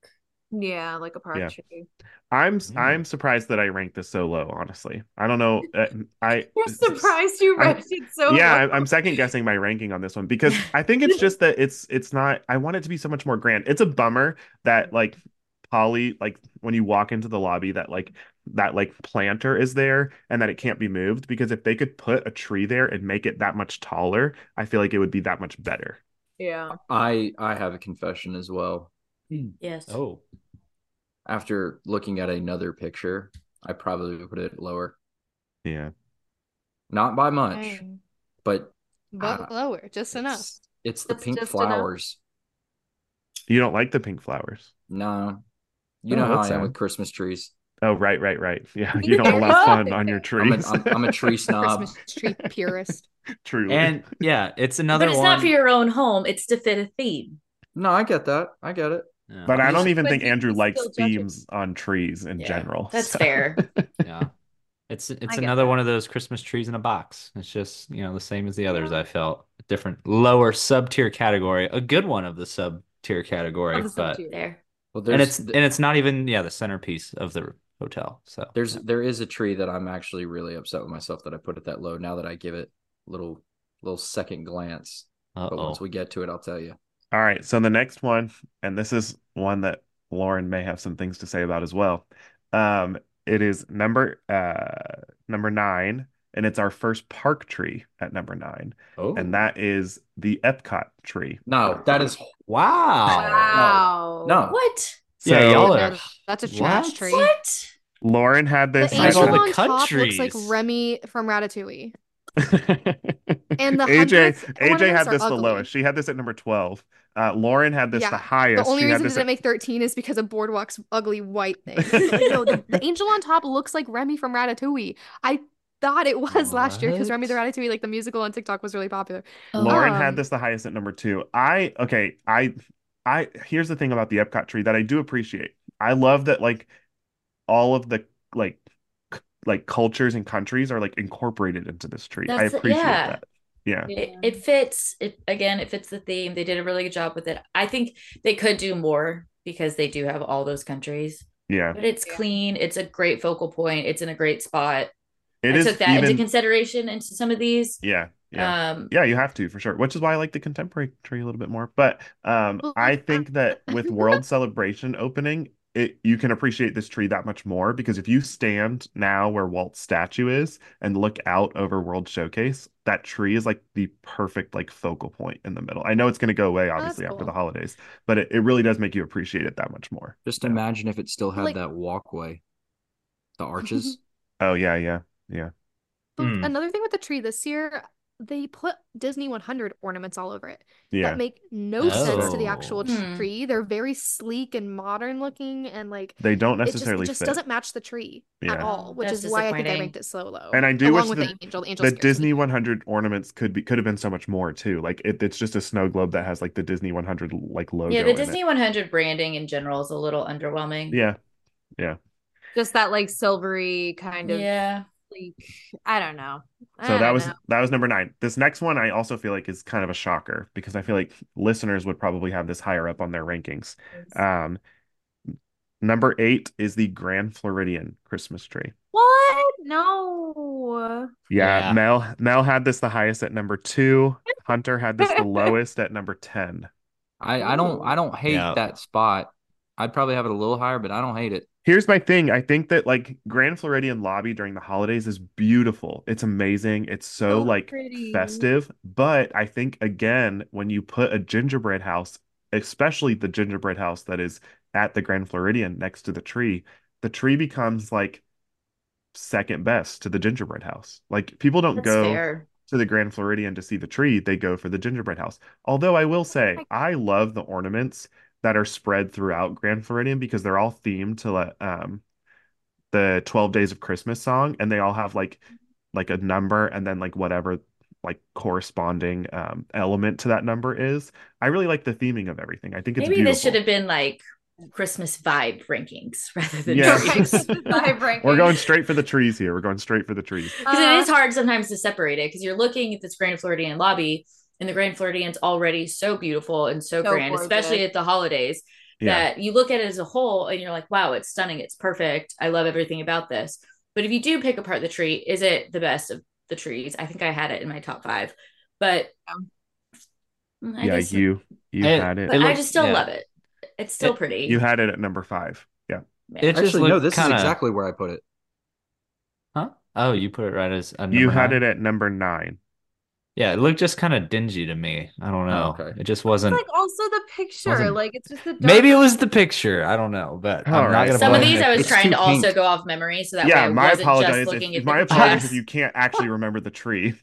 S1: Yeah, like a park
S2: Yeah.
S1: tree.
S2: I'm
S5: Mm.
S2: I'm surprised that I ranked this so low. Honestly, I don't know. Uh, I
S1: You're surprised you
S2: I'm-
S1: ranked it so
S2: yeah,
S1: low.
S4: Oh.
S2: I'm, I'm second guessing my ranking on this one because I think it's just that it's it's not. I want it to be so much more grand. It's a bummer that like Polly, like when you walk into the lobby, that like that like planter is there and that it can't be moved because if they could put a tree there and make it that much taller, I feel like it would be that much better.
S1: yeah.
S5: I I have a confession as well.
S4: Yes.
S3: Oh,
S5: After looking at another picture, I probably would put it lower.
S2: Yeah,
S5: Not by much,
S6: Dang.
S5: but
S6: But
S5: Uh,
S6: lower, just enough.
S5: it's, it's the
S1: That's
S5: pink
S1: just enough.
S5: flowers.
S2: you don't like the pink flowers.
S5: No, you
S2: Oh,
S5: know how I
S2: that's
S5: am
S2: sad.
S5: with Christmas trees.
S2: Oh right, right, right. Yeah, you don't allow fun on your
S5: I'm a,
S2: trees.
S5: I'm, I'm a tree snob.
S6: Christmas tree purist.
S2: Truly.
S3: and yeah, it's another
S4: But it's
S3: one.
S4: not for your own home. It's to fit a theme.
S5: No, I get that. I get it.
S3: Yeah.
S2: But I
S5: He's-
S2: don't even
S1: but
S2: think
S1: he-
S2: Andrew
S1: he's
S2: likes
S1: still judging.
S2: themes on trees in
S4: Yeah,
S3: Oh,
S2: general.
S4: That's
S2: so-
S4: fair.
S3: yeah. It's it's
S1: get
S3: another one of those Christmas trees in a box. It's just, you know, the same as the others I felt. Different lower sub-tier category, a good one of the sub-tier category,
S1: Awesome
S3: but
S1: too.
S4: there.
S5: Well, there's
S3: and it's and it's not even yeah, the centerpiece of the hotel. So
S5: there's there is a tree that I'm actually really upset with myself that I put it that low. Now that I give it a little little second glance, but
S3: Uh-oh.
S5: once we get to it, I'll tell you.
S2: All right. So the next one, and this is one that Lauren may have some things to say about as well. Um, it is number uh number nine, and it's our first park tree at number nine,
S5: Oh,
S2: and that is the Epcot tree.
S5: no, that is
S3: Wow.
S1: Wow.
S5: no.
S4: What?
S3: Yeah,
S2: So-
S3: y'all
S6: No,
S3: are
S6: no, that's a
S3: What?
S6: trash tree.
S4: What?
S2: Lauren had
S6: The
S2: this. I
S6: angel
S3: all the
S6: on top looks like
S3: countries.
S6: Remy from Ratatouille.
S2: and
S6: the
S2: AJ
S6: hundredth
S2: AJ
S6: ornaments
S2: had
S6: are
S2: this the
S6: ugly.
S2: lowest. She had this at number 12. Uh, Lauren had this
S6: Yeah,
S2: the
S6: the
S2: highest.
S6: the only
S2: She had
S6: reason it
S2: this
S6: didn't
S2: at
S6: make 13 is because of Boardwalk's ugly white thing. Like, no, the, the angel on top looks like Remy from Ratatouille. I thought it was last year because Remy the
S3: What?
S6: Ratatouille, like the musical on TikTok, was really popular.
S2: Lauren
S6: Um,
S2: had this the highest at number two. I okay, I I here's the thing about the Epcot tree that I do appreciate. I love that like all of the like c- like cultures and countries are like incorporated into this tree. I
S4: That's-
S2: appreciate
S4: yeah.
S2: that. Yeah.
S4: It, it fits. It again, it fits the theme. They did a really good job with it. I think they could do more because they do have all those countries.
S2: Yeah.
S4: But it's
S1: Yeah.
S4: clean. It's a great focal point. It's in a great spot.
S2: It
S4: I
S2: is
S4: took that
S2: even
S4: into consideration into some of these.
S2: yeah. Yeah.
S4: Um,
S2: yeah, you have to for sure, which is why I like the contemporary tree a little bit more. But um,
S6: Well,
S2: I
S6: I-
S2: think that with World Celebration opening, it you can appreciate this tree that much more because if you stand now where Walt's statue is and look out over World Showcase, that tree is like the perfect like focal point in the middle. I know it's going to go away obviously after the
S6: Oh, cool.
S2: holidays, but it, it really does make you appreciate it that much more.
S5: just
S2: Yeah.
S5: imagine if it still had
S6: Like-
S5: that walkway, the arches.
S2: Oh yeah, yeah.
S6: But
S3: Hmm.
S6: another thing with the tree this year, they put Disney 100 ornaments all over it
S2: Yeah.
S6: that make no sense to the
S3: Oh.
S6: actual
S4: Hmm.
S6: tree. They're very sleek and modern looking, and like
S2: They don't
S6: it just,
S2: necessarily
S6: it just
S2: fit.
S6: doesn't match the tree at
S2: Yeah.
S6: all, which
S4: That's
S6: is why I think I
S4: disappointing.
S6: ranked it so low.
S2: And I do
S6: along
S2: wish
S6: with
S2: that-
S6: the angel. The angel
S2: the
S6: scares me.
S2: Disney 100 ornaments could be could have been so much more too. Like it, it's just a snow globe that has like the Disney 100 like logo.
S4: yeah, the
S2: in it.
S4: Disney 100 branding in general is a little underwhelming.
S2: Yeah,
S1: Just that like silvery kind of
S4: Yeah.
S1: like I don't know. I
S2: so that
S1: don't
S2: was
S1: know.
S2: that was number nine. This next one I also feel like is kind of a shocker because I feel like listeners would probably have this higher up on their rankings. Um, number eight is the Grand Floridian Christmas tree.
S1: what? No.
S2: Yeah,
S3: Yeah.
S2: Mel Mel had this the highest at number two. Hunter had this the lowest at number ten.
S5: I I don't I don't hate
S3: Yeah.
S5: that spot. I'd probably have it a little higher, but I don't hate it.
S2: Here's my thing. I think that like Grand Floridian lobby during the holidays is beautiful. It's amazing. It's so
S1: So
S2: like
S1: pretty.
S2: festive. But I think again, when you put a gingerbread house, especially the gingerbread house that is at the Grand Floridian next to the tree, the tree becomes like second best to the gingerbread house. Like people don't
S4: That's
S2: go
S4: fair.
S2: to the Grand Floridian to see the tree, they go for the gingerbread house. Although I will say, I love the ornaments that are spread throughout Grand Floridian because they're all themed to like, um the 12 Days of Christmas song and they all have like like a number and then like whatever like corresponding um element to that number is. I really like the theming of everything. I think it's
S4: Maybe
S2: beautiful.
S4: this should have been like Christmas vibe rankings rather than
S2: Yeah.
S4: trees.
S1: Vibe rankings.
S2: We're going straight for the trees here. We're going straight for the trees.
S4: because
S1: Uh,
S4: it is hard sometimes to separate it because you're looking at this Grand Floridian lobby and the Grand Floridian's already so beautiful and so,
S1: So
S4: grand, especially
S1: gorgeous.
S4: at the holidays,
S2: Yeah.
S4: that you look at it as a whole and you're like, wow, it's stunning. It's perfect. I love everything about this. But if you do pick apart the tree, is it the best of the trees? I think I had it in my top five, but Mm, I
S2: yeah,
S4: guess-
S2: you you
S3: It-
S2: had it.
S4: but I
S3: looks-
S4: just still
S3: yeah.
S4: love it. It's still
S3: It-
S4: pretty.
S2: you had it at number five. Yeah.
S4: Yeah.
S3: It just
S5: Actually, no,
S3: looked
S5: this
S3: kinda-
S5: is exactly where I put it.
S3: Huh? Oh, you put it right as a
S2: You
S3: number
S2: had
S3: nine?
S2: it at number nine.
S3: Yeah, it looked just kind of dingy to me. I don't know.
S5: okay.
S3: It just wasn't.
S1: like also the picture.
S3: wasn't-
S1: Like it's just the dark-
S3: Maybe it was the picture. I don't know, but I'm
S2: All
S3: not
S2: right.
S3: gonna
S4: Some of
S3: blame
S4: these
S3: it.
S4: I was
S5: It's
S4: trying
S5: too
S4: to also
S5: pink.
S4: go off memory, so that
S2: yeah,
S4: way I
S2: my
S4: wasn't
S2: apologies.
S4: just looking
S2: if,
S4: at
S2: my
S4: the
S2: apologies if
S4: dress.
S2: you can't actually remember the tree.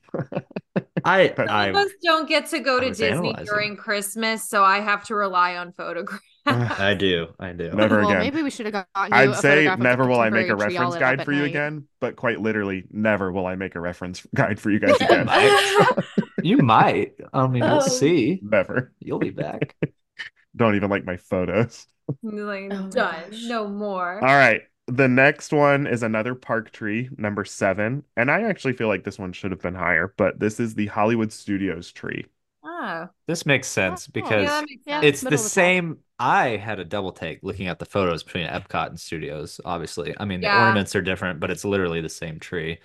S3: I,
S1: Some
S2: But-
S1: of
S3: I,
S1: us don't get to go
S3: I
S1: to
S3: was
S1: Disney
S3: analyzing.
S1: during Christmas, so I have to rely on photographs.
S2: Ugh,
S3: I do. I do.
S2: No. Never
S6: well,
S2: again.
S6: Maybe we should have gotten. you a
S2: I'd say
S6: photograph of the
S2: never will I make a
S6: contemporary tree all
S2: reference
S6: lit up
S2: guide
S6: at
S2: for you
S6: night.
S2: again, but quite literally, never will I make a reference guide for you guys again.
S3: You might. I mean,
S4: Oh.
S3: we'll see.
S2: never.
S3: You'll be back.
S2: Don't even like my photos.
S1: like
S4: Oh my
S1: done,
S4: gosh.
S1: no more.
S3: Uh,
S2: All right. The next one is another park tree, number seven. And I actually feel like this one should have been higher, but this is the Hollywood Studios tree.
S1: Oh,
S3: This makes sense
S6: Oh,
S1: yeah,
S3: because
S1: that makes
S6: Yeah.
S1: sense.
S3: it's the
S6: middle of the top.
S3: same. I had a double take looking at the photos between Epcot and Studios. Obviously, I mean the
S1: Yeah.
S3: ornaments are different, but it's literally the same tree.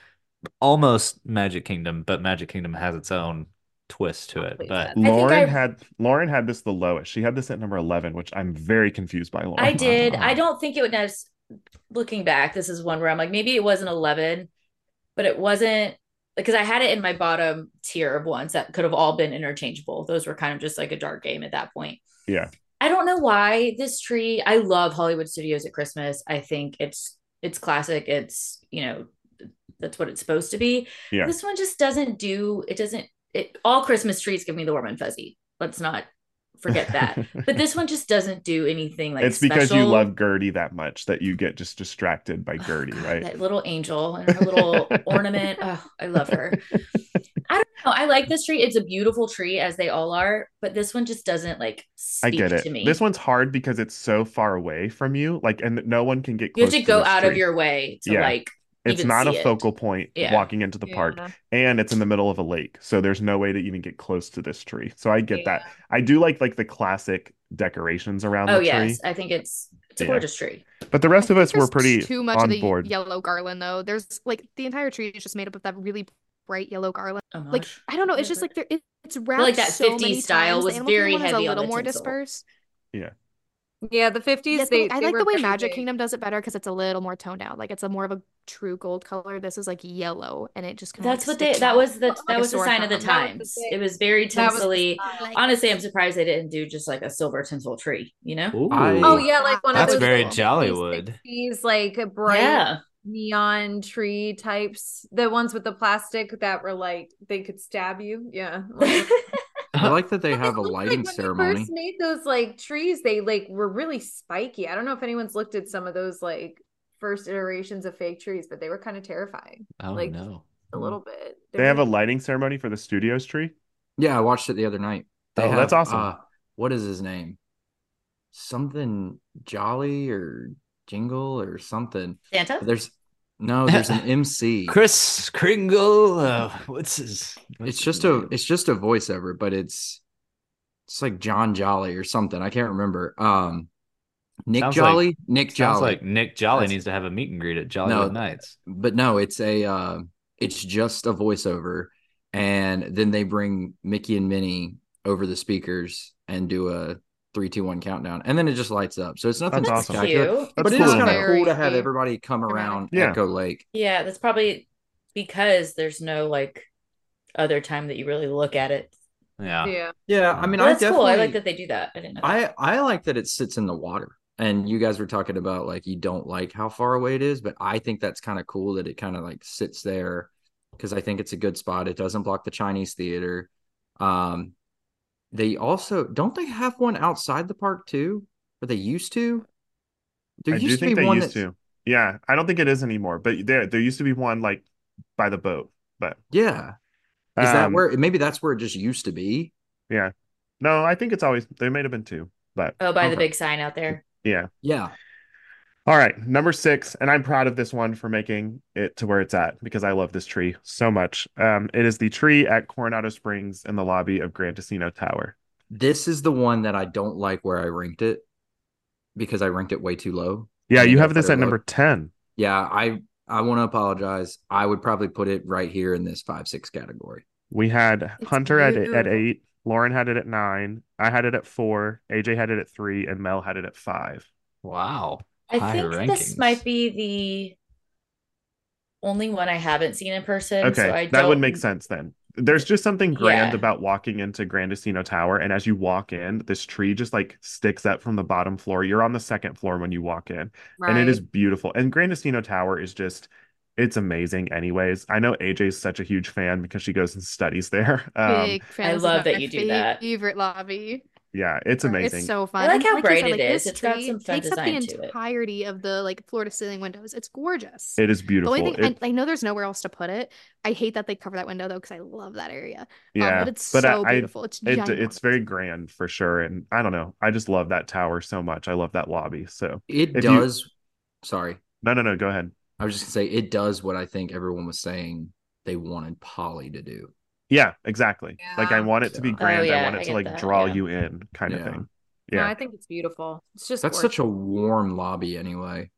S3: Almost Magic Kingdom, but Magic Kingdom has its own twist to it.
S1: Completely
S3: But
S4: I think
S2: Lauren
S4: I-
S2: had Lauren had this the lowest. She had this at number 11, which I'm very confused by, Lauren.
S4: I did.
S3: Wow.
S4: I don't think it would have. Looking back, this is one where I'm like, maybe it wasn't 11, but it wasn't because I had it in my bottom tier of ones that could have all been interchangeable. Those were kind of just like a dark game at that point.
S2: Yeah.
S4: I don't know why this tree. I love Hollywood Studios at Christmas. I think it's it's classic. It's you know that's what it's supposed to be.
S2: Yeah.
S4: This one just doesn't do. It doesn't. It all Christmas trees give me the warm and fuzzy. Let's not forget that. but this one just doesn't do anything like
S2: it's because you
S4: special.
S2: love Gertie that much that you get just distracted by
S4: Oh,
S2: Gertie,
S4: God,
S2: right?
S4: That little angel and her little ornament. Oh, I love her. I don't know. I like this tree. It's a beautiful tree, as they all are, but this one just doesn't like
S2: I
S4: speak
S2: get it.
S4: to me.
S2: This one's hard because it's so far away from you, like, and no one can get
S4: you have
S2: close
S4: to go
S2: this
S4: out of
S2: tree.
S4: your way to
S2: Yeah.
S4: like
S2: It's
S4: even
S2: not
S4: see
S2: a
S4: it.
S2: focal point
S4: Yeah.
S2: walking into the park,
S1: Yeah.
S2: and it's in the middle of a lake, so there's no way to even get close to this tree. So I get that. I do like like the classic decorations around the
S4: Oh
S2: tree,
S4: yes, I think it's it's a
S2: Yeah.
S4: gorgeous tree.
S2: but the rest of
S6: I
S2: us
S6: think
S2: were
S6: there's
S2: pretty
S6: too much
S2: on
S6: of the
S2: board.
S6: yellow garland though. There's like the entire tree is just made up of that really bright yellow garland.
S4: Oh my
S6: Like
S4: gosh.
S6: I don't know, it's
S4: Yeah,
S6: just
S4: but-
S6: like there it, it's wrapped
S4: that
S6: so
S4: 50s
S6: many
S4: style
S6: times. The
S4: was
S6: Animal Kingdom
S4: very
S6: one is
S4: heavy on
S6: a little
S4: the
S6: more
S4: tinsel.
S6: dispersed.
S1: yeah, the 50s
S6: Yes, but,
S1: they,
S6: like, I
S1: they
S6: like
S1: were
S6: the way
S1: pretty
S6: Magic
S1: big.
S6: Kingdom does it better because it's a little more toned down. Like it's a more of a true gold color. This is like yellow, and it just kind of
S4: That's what they that was the that
S6: a
S4: was the
S6: sore
S4: sign of the
S6: thumb.
S1: That
S4: times.
S1: was the thing.
S4: It was very
S1: That was the
S4: tinsely.
S1: style.
S4: Honestly, I'm surprised they didn't do just like a silver tinsel tree, you know?
S3: Ooh.
S5: I-
S1: Oh yeah, like one
S3: That's
S1: of those
S3: very
S1: like,
S3: Jollywood.
S1: 60s, like a bright
S4: Yeah.
S1: neon tree types. The ones with the plastic that were like they could stab you. Yeah. Like-
S5: I like that they
S1: But
S5: have
S1: they
S5: a
S1: look like
S5: lighting
S1: when they
S5: ceremony.
S1: first made those like trees, they like were really spiky. I don't know if anyone's looked at some of those like first iterations of fake trees, but they were kind of terrifying
S3: Oh
S1: Like-
S3: no.
S1: a little bit.
S2: Mm. They have a lighting ceremony for the studios tree.
S5: Yeah, I watched it the other night. They
S2: Oh, that's
S5: have,
S2: awesome.
S5: uh, what is his name? Something Jolly or Jingle or something.
S4: Santa?
S5: But there's no, there's an MC.
S3: Chris Kringle. Uh, what's his? what's
S5: it's
S3: his
S5: just a
S3: name?
S5: it's just a voiceover, but it's it's like John Jolly or something. I can't remember. Um, Nick
S3: Sounds like-
S5: Jolly, Nick
S3: Sounds
S5: Jolly.
S3: like Nick Jolly
S5: That's-
S3: needs to have a meet and greet at Jolly
S5: No.
S3: Nights.
S5: but no, it's a uh, it's just a voiceover, and then they bring Mickey and Minnie over the speakers and do a three, two, one countdown, and then it just lights up. So it's nothing
S2: That's awesome.
S5: spectacular,
S4: Cute.
S2: That's
S5: but it is
S2: cool.
S5: kind of
S6: Very
S5: cool to have
S6: cute.
S5: everybody come
S6: Dramatic.
S5: around
S2: Yeah.
S5: Echo Lake.
S4: Yeah, that's probably because there's no like other time that you really look at it.
S3: Yeah.
S1: yeah.
S5: Yeah, I mean,
S4: Well,
S5: I
S4: that's cool.
S5: definitely
S4: I like that they do that. I didn't know. that.
S5: I I like that it sits in the water. And you guys were talking about like you don't like how far away it is, but I think that's kind of cool that it kind of like sits there because I think it's a good spot. It doesn't block the Chinese theater. Um they also don't they have one outside the park too? Or they used to? There
S2: I do
S5: used to
S2: think
S5: be
S2: they
S5: one
S2: used
S5: that's-
S2: to. Yeah, I don't think it is anymore, but there there used to be one like by the boat. But
S5: Yeah. Is that
S2: um,
S5: where maybe that's where it just used to be?
S2: No, I think it's always there may have been two, but
S4: Oh, by the
S2: Okay.
S4: big sign out there.
S2: yeah.
S5: Yeah.
S2: All right, number six, and I'm proud of this one for making it to where it's at because I love this tree so much. Um, it is the tree at Coronado Springs in the lobby of Grand Casino Tower.
S5: This is the one that I don't like where I ranked it because I ranked it way too low.
S2: Yeah,
S5: And
S2: you
S5: I
S2: have
S5: put
S2: this
S5: it
S2: at
S5: low.
S2: number 10.
S5: Yeah, I I want to apologize. I would probably put it right here in this five six category.
S2: We had
S1: It's
S2: Hunter at at
S1: beautiful.
S2: eight, Lauren had it at nine, I had it at four, AJ had it at three, and Mel had it at five.
S3: Wow.
S4: I
S3: High
S4: think this
S3: rankings.
S4: might be the only one I haven't seen in person.
S2: Okay,
S4: so I
S2: that would
S4: don't-
S2: make sense then. There's just something grand
S4: Yeah.
S2: about walking into Grandisino Tower, and as you walk in, this tree just like sticks up from the bottom floor. You're on the second floor when you walk in, and it is beautiful. And Grandisino Tower is just it's amazing anyways. I know AJ's such a huge fan because she goes and studies there. Um,
S6: Big fan.
S4: I
S6: This is
S4: love
S6: like
S4: that
S6: my
S4: you do that.
S6: Favorite lobby.
S2: yeah, it's amazing.
S6: It's so fun.
S4: I like
S6: And
S4: how
S6: you
S4: bright
S6: said,
S4: it
S6: this
S4: is. It's got
S6: tree
S4: some fun
S6: takes up
S4: design to
S6: the
S4: it.
S6: entirety of the like floor to ceiling windows. It's gorgeous.
S2: It is
S6: the
S2: beautiful.
S6: only thing
S2: It-
S6: and I, know there's nowhere else to put it. I hate that they cover that window though because I love that area. Um,
S2: yeah,
S6: but it's
S2: but I-
S6: so
S2: I-
S6: beautiful. It's
S2: it,
S6: ginormous.
S2: it's very grand for sure. And I don't know. I just love that tower so much. I love that lobby. So
S5: It
S2: If you-
S5: does. sorry,
S2: no, no, no. Go ahead.
S5: I was just gonna say it does what I think everyone was saying they wanted Polly to do.
S2: Yeah, exactly. Like I
S1: Yeah.
S2: want it to be
S5: Yeah. Oh,
S2: grand. I
S4: yeah,
S2: want
S4: I
S2: it to
S4: get
S2: like
S4: that,
S2: draw
S4: yeah.
S2: you in kind of
S5: Yeah.
S2: thing.
S1: No,
S2: Yeah.
S1: I think it's beautiful. It's just
S5: That's
S1: gorgeous.
S5: such a warm lobby anyway.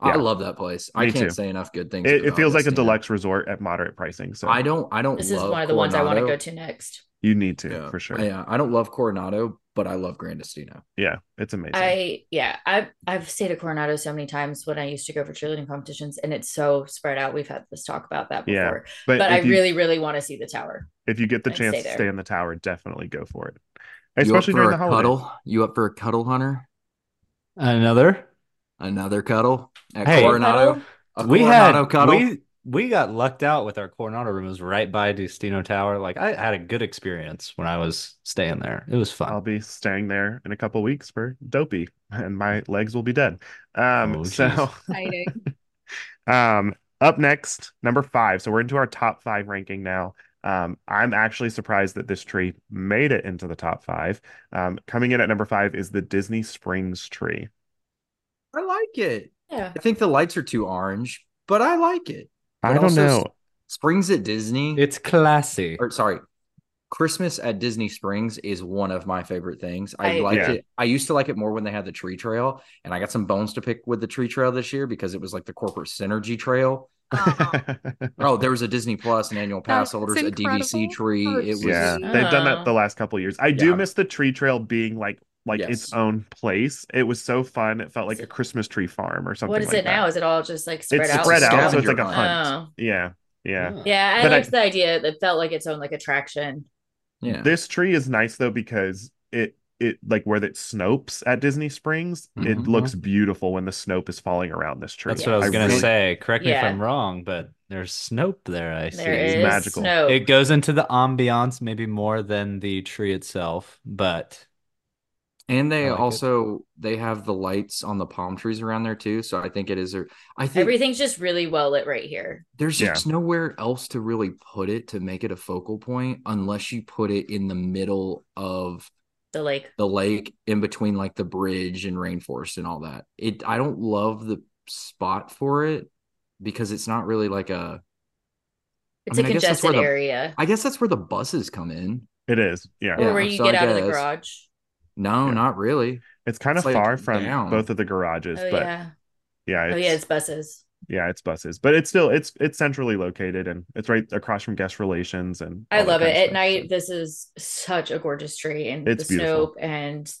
S5: I
S2: Yeah.
S5: love that place. I
S2: Me
S5: can't
S2: too.
S5: say enough good things.
S2: It, it
S5: about
S2: feels like a
S5: Vista.
S2: deluxe resort at moderate pricing. So
S5: I don't. I don't.
S4: This is
S5: love
S4: one of the ones I want to
S5: Coronado.
S4: go to next.
S2: you need to
S5: Yeah.
S2: for sure. Yeah.
S5: Yeah, I don't love Coronado, but I love Grandestino.
S2: It's amazing.
S4: I yeah, I've I've stayed at Coronado so many times when I used to go for cheerleading competitions, and it's so spread out. We've had this talk about that
S2: Yeah,
S4: before,
S2: but
S4: but I
S2: if you,
S4: really, really want to see the tower.
S2: if you get the
S4: I'd
S2: chance
S4: stay
S2: to stay
S4: there.
S2: in the tower, definitely go for it.
S5: You up
S2: Especially
S5: for
S2: during the
S5: a
S2: holiday.
S5: cuddle? You up for a cuddle, Hunter?
S3: Another?
S5: Another cuddle at
S3: Hey.
S5: Coronado? A
S3: we
S5: Coronado
S3: had
S5: cuddle.
S3: we we got lucked out with our Coronado room. It was right by Destino Tower. Like I had a good experience when I was staying there. It was
S2: I'll
S3: fun.
S2: be staying there in a couple weeks for dopey and my legs will be dead. Um
S3: Oh,
S2: so
S3: jeez.
S1: Exciting.
S2: Um, up next, number five. So we're into our top five ranking now. Um, I'm actually surprised that this tree made it into the top five. Um, coming in at number five is the Disney Springs tree.
S5: I like it.
S4: Yeah,
S5: I think the lights are too orange, but I like it.
S2: I
S5: But
S2: don't
S5: also s-
S2: know.
S5: Springs at Disney,
S3: It's classy.
S5: or sorry, Christmas at Disney Springs is one of my favorite things. I,
S4: I-
S5: liked
S2: Yeah.
S5: it. I used to like it more when they had the tree trail, and I got some bones to pick with the tree trail this year because it was like the corporate synergy trail. Oh, there was a Disney Plus, an annual pass
S6: That's
S5: holders, a DVC
S6: incredible.
S5: tree. It was
S2: yeah,
S4: Disney.
S2: they've done that
S4: Oh.
S2: the last couple years. I do
S5: Yeah.
S2: miss the tree trail being like like its
S5: Yes.
S2: own place. It was so fun. It felt like
S4: it-
S2: a Christmas tree farm or something
S4: what is
S2: like
S4: it now?
S2: that.
S4: Is it all just like spread
S2: it's
S4: out?
S2: spread out, so it's
S5: Scavenger
S2: like a
S5: hunt.
S2: hunt.
S4: Oh.
S2: Yeah, yeah.
S4: Yeah, I
S2: But I-
S4: liked the idea. It felt like its own like attraction.
S5: yeah.
S2: This tree is nice though because it it like where it snopes at Disney Springs, it
S5: Mhm.
S2: looks beautiful when the snope is falling around this tree.
S3: Mm-hmm. That's what I was
S4: I
S3: gonna
S2: really-
S3: say. Correct me if
S4: Yeah.
S3: I'm wrong, but there's Snope there. I see.
S4: There
S2: it's
S4: is
S2: magical.
S4: snow.
S3: It goes into the ambiance maybe more than the tree itself, but
S5: And they
S3: I like it.
S5: also they have the lights on the palm trees around there too. So I think it is a I think
S4: Everything's just really well lit right here.
S5: there's
S2: Yeah.
S5: just nowhere else to really put it to make it a focal point unless you put it in the middle of
S4: The lake.
S5: the lake in between like the bridge and rainforest and all that. It I don't love the spot for it because it's not really like a
S4: It's
S5: mean,
S4: a
S5: I guess that's where
S4: congested
S5: the-
S4: area.
S5: I guess that's where the buses come in.
S2: It is, yeah.
S5: Yeah,
S4: or where you
S5: so I
S4: get out of the
S5: guess-
S4: garage.
S5: No,
S2: Yeah.
S5: not really.
S2: It's kind of
S5: It's, like,
S2: far from
S5: down.
S2: both of the garages,
S4: Oh
S2: but yeah,
S4: yeah.
S2: it's,
S4: Oh yeah, it's buses.
S2: yeah, it's buses, but it's still it's it's centrally located and it's right across from guest relations and
S4: I
S2: all that
S4: love
S2: kind
S4: it.
S2: of
S4: At
S2: stuff,
S4: night,
S2: so.
S4: this is such a gorgeous tree and
S2: It's
S4: the
S2: beautiful.
S4: snow and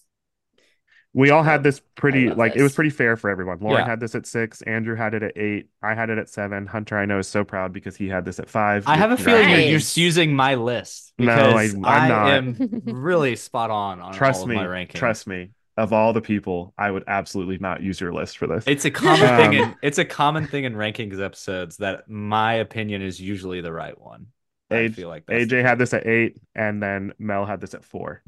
S2: We all
S4: Oh,
S2: had this pretty
S4: love
S2: like it
S4: this.
S2: was pretty fair for everyone. Lauren
S3: Yeah.
S2: had this at six, Andrew had it at eight, I had it at seven. Hunter, I know, is so proud because he had this at five.
S3: I have a feeling you're
S4: Nice.
S3: just using my list
S2: No,
S3: because
S2: I- I'm
S3: I
S2: not.
S3: am really spot on on all
S2: Trust
S3: of
S2: me,
S3: my rankings.
S2: trust me. Of all the people, I would absolutely not use your list for this.
S3: It's a common
S2: Um,
S3: thing. In, it's a common thing in rankings episodes that my opinion is usually the right one. I
S2: Age-
S3: feel like that's
S2: AJ had this at eight, and then Mel had this at four.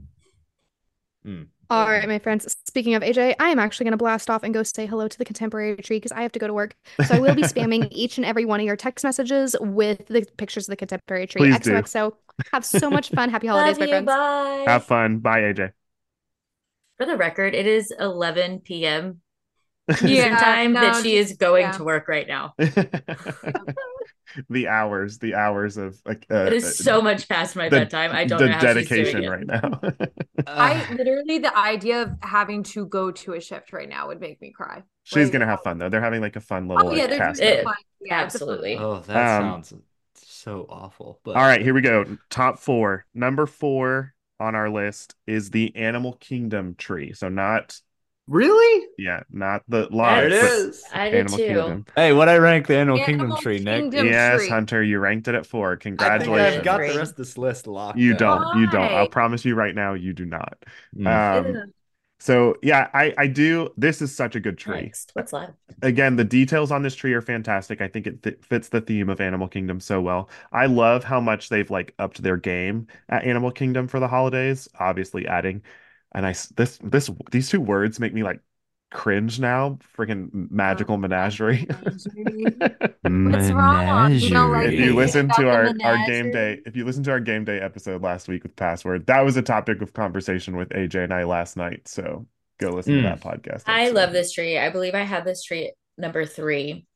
S6: All right, my friends. Speaking of AJ, I am actually going to blast off and go say hello to the contemporary tree because I have to go to work. So I will be spamming each and every one of your text messages with the pictures of the contemporary tree.
S2: Please do.
S6: XOXO. Have so much fun. Happy holidays,
S4: Love
S6: my
S4: you,
S6: friends.
S4: bye.
S2: Have fun. Bye, AJ.
S4: For the record, it is 11 p.m. She's in
S1: Yeah,
S4: time
S1: no,
S4: that she is going
S1: yeah.
S4: to work right now.
S2: the hours, the hours of like uh,
S4: It is so much past my
S2: the-
S4: bedtime. I don't
S2: the
S4: know how she's
S2: dedication
S4: doing
S2: right
S4: it.
S2: now.
S1: I literally the idea of having to go to a shift right now would make me cry.
S2: She's
S1: Like-
S2: gonna
S4: oh.
S2: have fun though. They're having like a fun little
S1: Oh
S2: like,
S1: yeah, they're
S2: cast.
S1: doing
S4: it.
S1: it. fine. Yeah, it's a fun-
S4: Absolutely.
S3: oh,
S2: Um,
S3: that sounds so awful. But
S2: All right, here we go. Top four. Number four on our list is the Animal Kingdom tree. So not
S5: Really?
S2: yeah, not the
S3: There
S2: live.
S3: it
S2: but
S3: is.
S4: I did
S2: Animal
S4: too.
S2: Kingdom.
S3: Hey, what I rank the Animal,
S1: Animal
S3: Kingdom tree, Nick?
S1: Kingdom
S2: yes,
S1: tree.
S2: Hunter, you ranked it at four.
S3: I think I've
S2: Congratulations.
S3: got the
S4: Congratulations.
S3: rest of this list locked.
S2: You
S3: down.
S2: don't. You don't. I'll
S1: Why?
S2: promise you right now, you do not.
S3: Mm.
S2: Um, so yeah, I I do. This is such a good tree.
S4: Next. What's left?
S2: Again, the details on this tree are fantastic. I think it th- fits the theme of Animal Kingdom so well. I love how much they've like upped their game at Animal Kingdom for the holidays. Obviously, adding and I s- this this these two words make me like cringe now. Freaking
S4: Oh.
S2: magical menagerie.
S1: What's wrong? You don't like
S2: if
S1: Yeah.
S2: you listen to
S1: About
S2: our,
S1: the
S2: our game day
S1: menagerie.
S2: if you listen to our game day episode last week with password that was a topic of conversation with aj and i last night so go listen to
S3: Mm.
S2: that podcast
S4: I
S2: episode.
S4: love this tree. I believe I had this tree number three.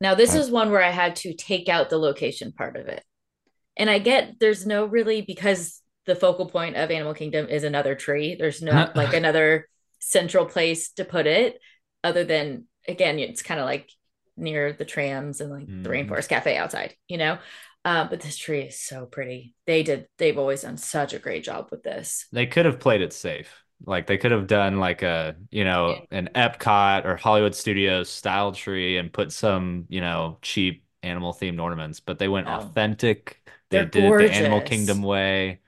S4: Now, this
S2: Wow.
S4: is one where I had to take out the location part of it. And I get there's no really because the focal point of Animal Kingdom is another tree. There's no like another central place to put it other than again, it's kind of like near the trams and like the
S3: Mhm.
S4: Rainforest Cafe outside, you know. Uh, but this tree is so pretty. They did. They've always done such a great job with this.
S3: They could have played it safe. Like they could have done like a, you know, an Epcot or Hollywood Studios style tree and put some, you know, cheap animal themed ornaments, but they went
S4: No.
S3: authentic. They
S4: They're
S3: did it the Animal
S4: gorgeous.
S3: Kingdom way,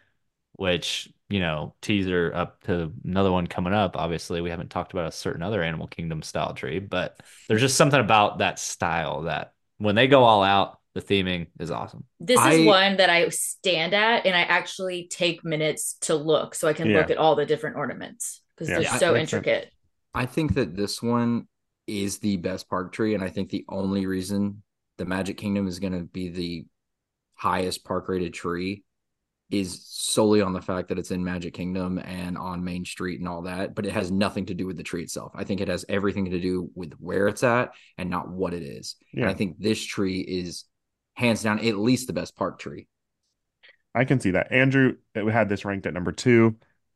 S3: which, you know, teaser up to another one coming up. Obviously, we haven't talked about a certain other Animal Kingdom style tree, but there's just something about that style that when they go all out, the theming is awesome.
S4: This
S5: I-
S4: is one that I stand at and I actually take minutes to look so I can
S2: Yeah.
S4: look at all the different ornaments because
S2: Yeah.
S4: they're
S5: Yeah,
S4: so
S2: makes sense.
S4: intricate.
S5: I think that this one is the best park tree, and I think the only reason the Magic Kingdom is going to be the highest park rated tree is solely on the fact that it's in Magic Kingdom and on Main Street and all that, but it has nothing to do with the tree itself. I think it has everything to do with where it's at and not what it is.
S2: Yeah.
S5: And I think this tree is hands down at least the best park tree.
S2: i can see that andrew had this ranked at number two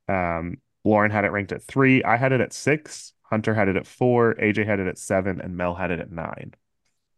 S2: um lauren had it ranked at three i had it at six hunter had it at four aj had it at seven and mel had it at nine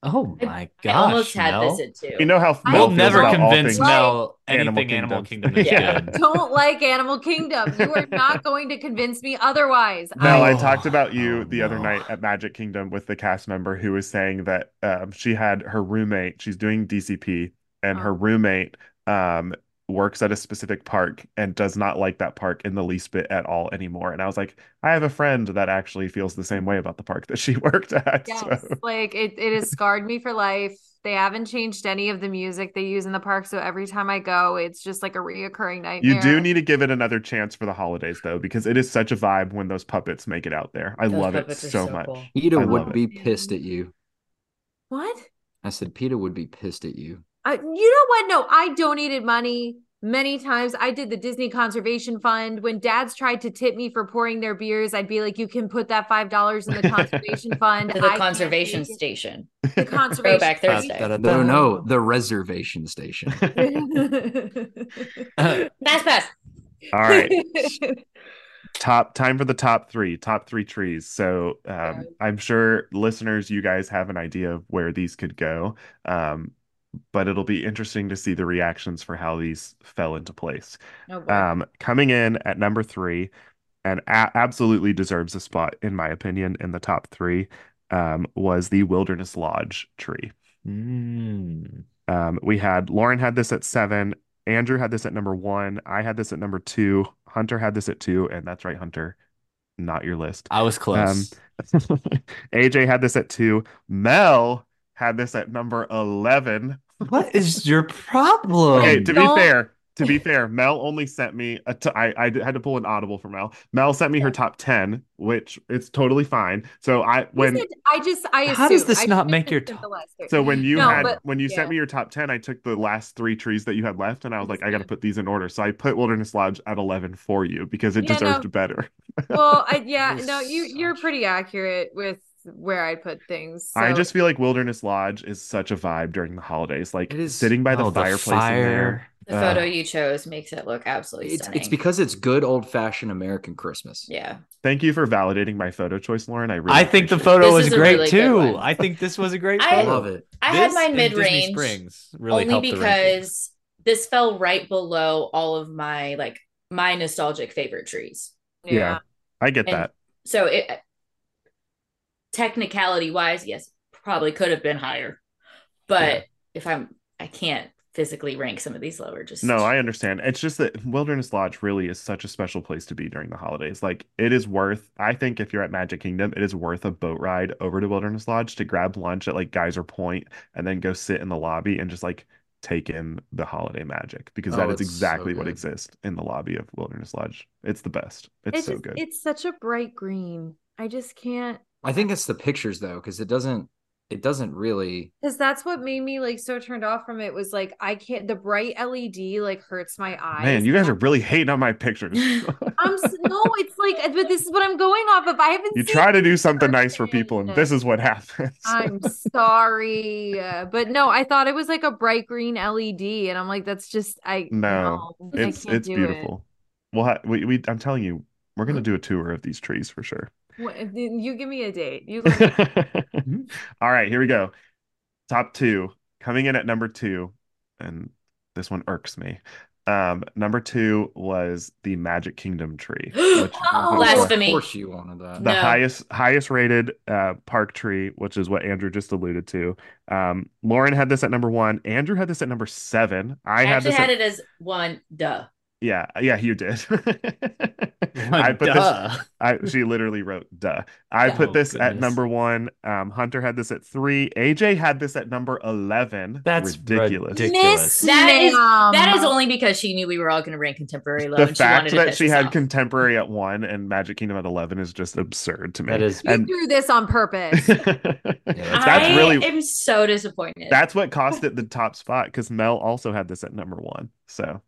S3: Oh
S4: I-
S3: my
S4: I almost
S3: gosh,
S4: had
S3: Mel.
S4: this at two.
S2: you know how
S1: I
S2: mel
S3: We'll
S1: don't
S2: feels
S3: never
S2: about all
S3: convince
S2: things-
S3: Mel
S2: Animal
S3: anything Animal
S2: Kingdom.
S3: Kingdom is
S4: Yeah.
S3: good.
S1: Don't like Animal Kingdom. You are not going to convince me otherwise.
S2: Mel, I
S3: Oh,
S2: talked about you
S3: oh,
S2: the other
S3: no.
S2: night at Magic Kingdom with the cast member who was saying that um, she had her roommate, she's doing DCP, and her
S1: Oh.
S2: roommate um, works at a specific park and does not like that park in the least bit at all anymore. And I was like, I have a friend that actually feels the same way about the park that she worked at.
S1: Yes,
S2: So
S1: like it, it has scarred me for life. They haven't changed any of the music they use in the park, so every time I go, it's just like a reoccurring nightmare.
S2: you do need to give it another chance for the holidays, though, because it is such a vibe when those puppets make it out there. I
S4: Those
S2: love it
S4: puppets are
S2: so
S4: so
S2: much.
S4: cool.
S5: Peter
S2: I
S5: would
S2: love it.
S5: be pissed at you.
S1: what?
S5: I said, Peter would be pissed at you.
S1: I, you know what? No, I donated money many times. I did the Disney Conservation Fund. When dads tried to tip me for pouring their beers, I'd be like, "You can put that five dollars in the conservation fund."
S4: To
S1: I
S4: the
S1: can't
S4: conservation
S1: take it."
S4: station.
S1: The
S4: Throwback
S1: conservation.
S4: Thursday.
S5: No, no, the reservation station.
S4: Fast pass.
S2: All right. top time for the top three top three trees so um,
S4: Okay.
S2: i'm sure listeners you guys have an idea of where these could go um, but it'll be interesting to see the reactions for how these fell into place
S1: Oh, boy.
S2: um, coming in at number three and a- absolutely deserves a spot in my opinion in the top three um, was the wilderness lodge tree
S3: Mm.
S2: um, we had Lauren had this at seven. Andrew had this at number one. I had this at number two. Hunter had this at two. And that's right, Hunter, not your list.
S3: I was close.
S2: AJ had this at two. Mel had this at number 11.
S3: what is your problem?
S2: Um,
S3: Oh,
S2: Okay, to be
S1: Don't-
S2: fair, to be fair, Mel only sent me a t- I, I had to pull an audible for Mel. Mel sent me her top 10, which it's totally fine. So I when
S1: said- I just I
S3: How does
S1: assumed-
S3: this
S1: I
S3: not
S1: shouldn't
S3: make
S1: have
S3: your
S1: sent the
S3: top-
S1: last three.
S2: so when you
S1: No,
S2: had
S1: but-
S2: when you sent
S1: yeah.
S2: me your top 10, I took the last 3 trees that you had left and I was like I got to put these in order. So I put Wilderness Lodge at 11 for you because it
S1: Yeah,
S2: deserved
S1: no.
S2: better.
S1: well, I yeah,
S3: You're
S1: no, you you're
S3: such-
S1: pretty accurate with where I put things.
S2: I
S1: so-
S2: just feel like Wilderness Lodge is such a vibe during the holidays. Like
S5: It is-
S2: sitting by the
S3: Oh,
S2: fireplace in there.
S4: The photo
S2: Ugh.
S4: you chose makes it look absolutely
S5: It's,
S4: stunning.
S5: it's because it's good old fashioned American Christmas.
S4: yeah,
S2: Thank you for validating my photo choice, Lauren. I really
S3: I think the
S2: appreciate it.
S3: photo
S4: This
S3: was
S4: is a
S3: great
S4: really good
S3: too.
S4: one.
S3: I think this was a great
S4: I
S3: photo.
S5: I love it.
S4: I had
S3: This
S4: mine
S3: and
S4: mid
S3: Disney
S4: range
S3: Springs really helped
S4: only
S3: the rankings.
S4: because this fell right below all of my like my nostalgic favorite trees.
S2: yeah. I get
S4: And-
S2: that.
S4: So it technicality wise, yes, probably could have been higher, but
S2: Yeah.
S4: if I'm, I can't physically rank some of these lower. Just
S2: No, I understand. It's just that Wilderness Lodge really is such a special place to be during the holidays. Like it is worth, I think if you're at Magic Kingdom, it is worth a boat ride over to Wilderness Lodge to grab lunch at like Geyser Point and then go sit in the lobby and just like take in the holiday magic because that
S5: Oh,
S2: is
S5: it's so
S2: exactly what
S5: good.
S2: exists in the lobby of Wilderness Lodge. It's the best. It's,
S1: It's
S2: so
S1: just-
S2: good.
S1: it's such a bright green. I just can't
S5: I think it's the pictures though, because it doesn't it doesn't really
S1: because that's what made me like so turned off from it was like I can't the bright LED like hurts my eyes.
S2: Man, you guys are
S1: I'm-
S2: really hating on my pictures.
S1: I'm s- no, it's like uh, but this is what I'm going off of. I haven't
S2: you
S1: seen
S2: try to do something nice for
S1: person.
S2: people, and this is what happens.
S1: I'm sorry. uh, But no, I thought it was like a bright green LED and I'm like that's just I
S2: No,
S1: I
S2: it's
S1: can't
S2: it's
S1: do it.
S2: beautiful. We'll ha- we, we I'm telling you, we're gonna do a tour of these trees for sure.
S1: What- You give me a date. You let me
S2: Mm-hmm. All right, here we go. Top two coming in at number two, and this one irks me. Um, number two was the Magic Kingdom tree, which was
S4: Oh,
S2: the-
S4: Blasphemy.
S5: Of course you wanted that.
S2: the
S4: No.
S2: highest highest rated uh, park tree, which is what Andrew just alluded to. Um, Lauren had this at number one. Andrew had this at number seven. I
S4: I
S2: had
S4: actually
S2: this at
S4: had it as one. Duh.
S2: Yeah, yeah, you did. I
S3: Like,
S2: put this.
S3: duh.
S2: I she literally wrote "duh." I
S4: Yeah.
S2: put
S3: Oh,
S2: this at
S3: goodness.
S2: number one. Um, Hunter had this at three. AJ had this at number eleven.
S3: That's
S2: ridiculous.
S3: ridic-
S1: Miss
S4: That is-
S1: ma'am.
S4: that is only because she knew we were all going to rank contemporary love.
S2: The
S4: and
S2: fact
S4: she wanted to
S2: that
S4: piss
S2: she
S4: us
S2: had
S4: off. contemporary.
S2: contemporary at one and Magic Kingdom at eleven is just absurd to me.
S3: Mm. That is
S1: you
S2: and-
S1: do this on purpose.
S2: that's
S4: I
S2: really
S4: am so disappointed.
S2: that's what cost it the top spot because Mel also had this at number one. So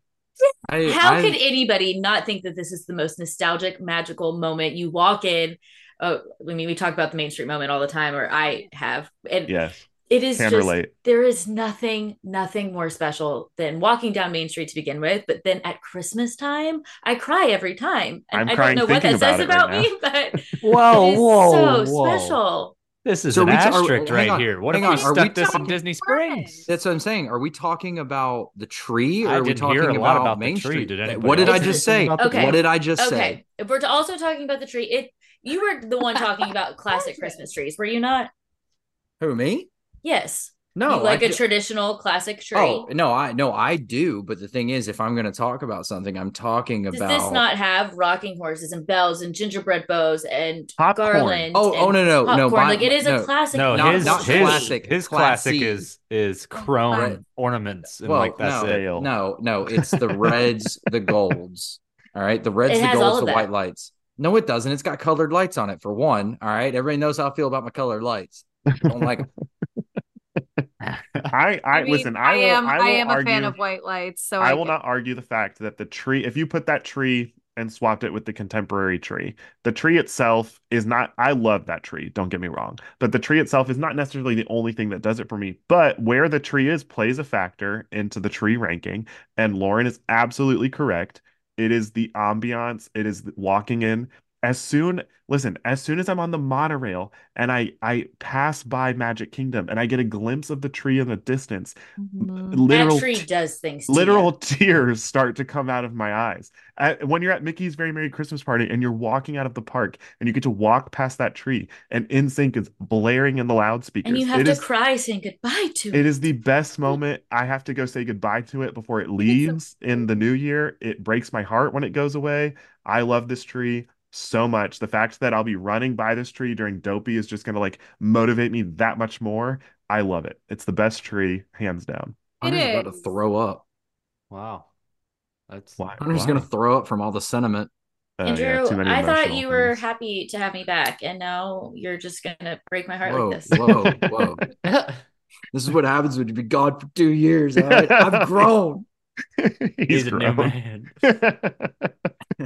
S5: I,
S4: How
S5: I-
S4: could anybody not think that this is the most nostalgic, magical moment you walk in? Oh, I mean, we talk about the Main Street moment all the time, or I have, and
S2: yes,
S4: it is
S2: can
S4: just
S2: relate.
S4: there is nothing, nothing more special than walking down Main Street to begin with. But then at Christmas time, I cry every time.
S2: I'm
S4: And I
S2: crying
S4: don't know what
S2: thinking
S4: that says
S2: about
S4: about
S2: it right
S4: me, but
S3: whoa,
S4: it is
S3: whoa,
S4: so
S3: whoa.
S4: special.
S3: This is
S5: So
S3: an
S5: we ta- are-
S3: asterisk
S5: hang
S3: right
S5: on,
S3: here. What if
S5: hang
S3: we
S5: on, are we
S3: stuck this in
S5: talking-
S3: Disney Springs?
S5: That's what I'm saying. Are we talking about the tree? Or
S3: I
S5: are we
S3: didn't hear
S5: talking
S3: a lot
S5: about,
S3: about the
S5: Main
S3: tree.
S5: Street?
S3: Did
S5: That-
S3: anybody
S5: what did
S4: else
S5: I
S4: say
S5: just say?
S3: anything about the
S4: Okay. tree?
S5: What did I just say?
S4: Okay, if we're also talking about the tree, it you were the one talking about classic Christmas trees, were you not?
S5: Who me?
S4: Yes.
S5: No,
S4: you like
S5: a
S4: a traditional classic tree.
S5: Oh no, I no, I do. But the thing is, if I'm going to talk about something, I'm talking
S4: Does
S5: about.
S4: this not have rocking horses and bells and gingerbread bows and
S2: Popcorn.
S4: garland?
S5: Oh,
S4: and
S5: oh no, no, no!
S4: popcorn?
S5: by-
S4: like it is
S5: no.
S4: a classic.
S3: No,
S5: Not-
S3: his
S5: not
S3: his
S5: classic,
S3: his classic
S5: classy.
S3: is is chrome
S5: Right.
S3: ornaments and
S5: Well,
S3: like that's
S5: no,
S3: it.
S2: Dale.
S5: No, no, it's the reds, the golds. All right, the reds,
S4: It
S5: the
S4: has all
S5: golds,
S4: of
S5: the
S4: that.
S5: white lights. No, it doesn't. It's got colored lights on it for one. All right, everybody knows how I feel about my colored lights. Don't like 'em.
S2: I, I,
S1: mean,
S2: listen. I, will,
S1: am
S2: I, will
S1: am a fan
S2: argue-
S1: of white lights, so
S2: I will not argue the fact that the tree, if you put that tree and swapped it with the contemporary tree, the tree itself is not, I love that tree, don't get me wrong, but the tree itself is not necessarily the only thing that does it for me. But where the tree is plays a factor into the tree ranking. And Lauren is absolutely correct. It is the ambiance, it is walking in. As soon, listen, as soon as I'm on the monorail and I I pass by Magic Kingdom and I get a glimpse of the tree in the distance,
S1: Mhm.
S2: literal
S4: that tree
S2: t-
S4: does things. to
S2: literal
S4: you.
S2: tears start to come out of my eyes I, when you're at mickey's very merry christmas party and you're walking out of the park and you get to walk past that tree and in sync is blaring in the loudspeakers
S4: and you have
S2: It
S4: to
S2: is-
S4: cry saying goodbye to
S2: it is the best moment i have to go say goodbye to it before it leaves in the new year it breaks my heart when it goes away i love this tree so much the fact that i'll be running by this tree during dopey is just going to like motivate me that much more i love it it's the best tree hands down
S5: I'm
S1: It
S5: just about to
S1: is.
S5: throw up.
S3: Wow. That's
S2: Why?
S5: Hunter's
S2: why?
S5: gonna throw up from all the sentiment.
S2: Oh, yeah,
S4: Andrew,
S2: too many
S4: I thought
S2: emotional
S4: you were
S2: things.
S4: happy to have me back, and now you're just gonna break my heart
S5: Whoa,
S4: like this.
S2: oh
S5: whoa, whoa! This is what happens when you've been gone for two years. All right? I've grown.
S2: He's,
S3: He's a new
S2: grown.
S3: man.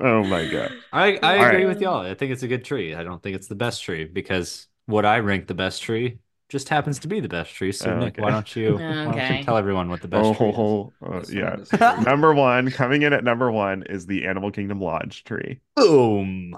S2: oh my god.
S3: I, I
S2: All right.
S3: agree with y'all. I think it's a good tree. I don't think it's the best tree because what I rank the best tree just happens to be the best tree. So
S2: Oh,
S3: Nick, why
S2: okay.
S3: don't you why don't
S4: Okay.
S3: you tell everyone what the best
S2: Oh,
S3: tree
S2: ho,
S3: is?
S2: ho, uh, yeah.
S5: That's not necessary.
S2: Number one, coming in at number one is the Animal Kingdom Lodge tree.
S3: Boom.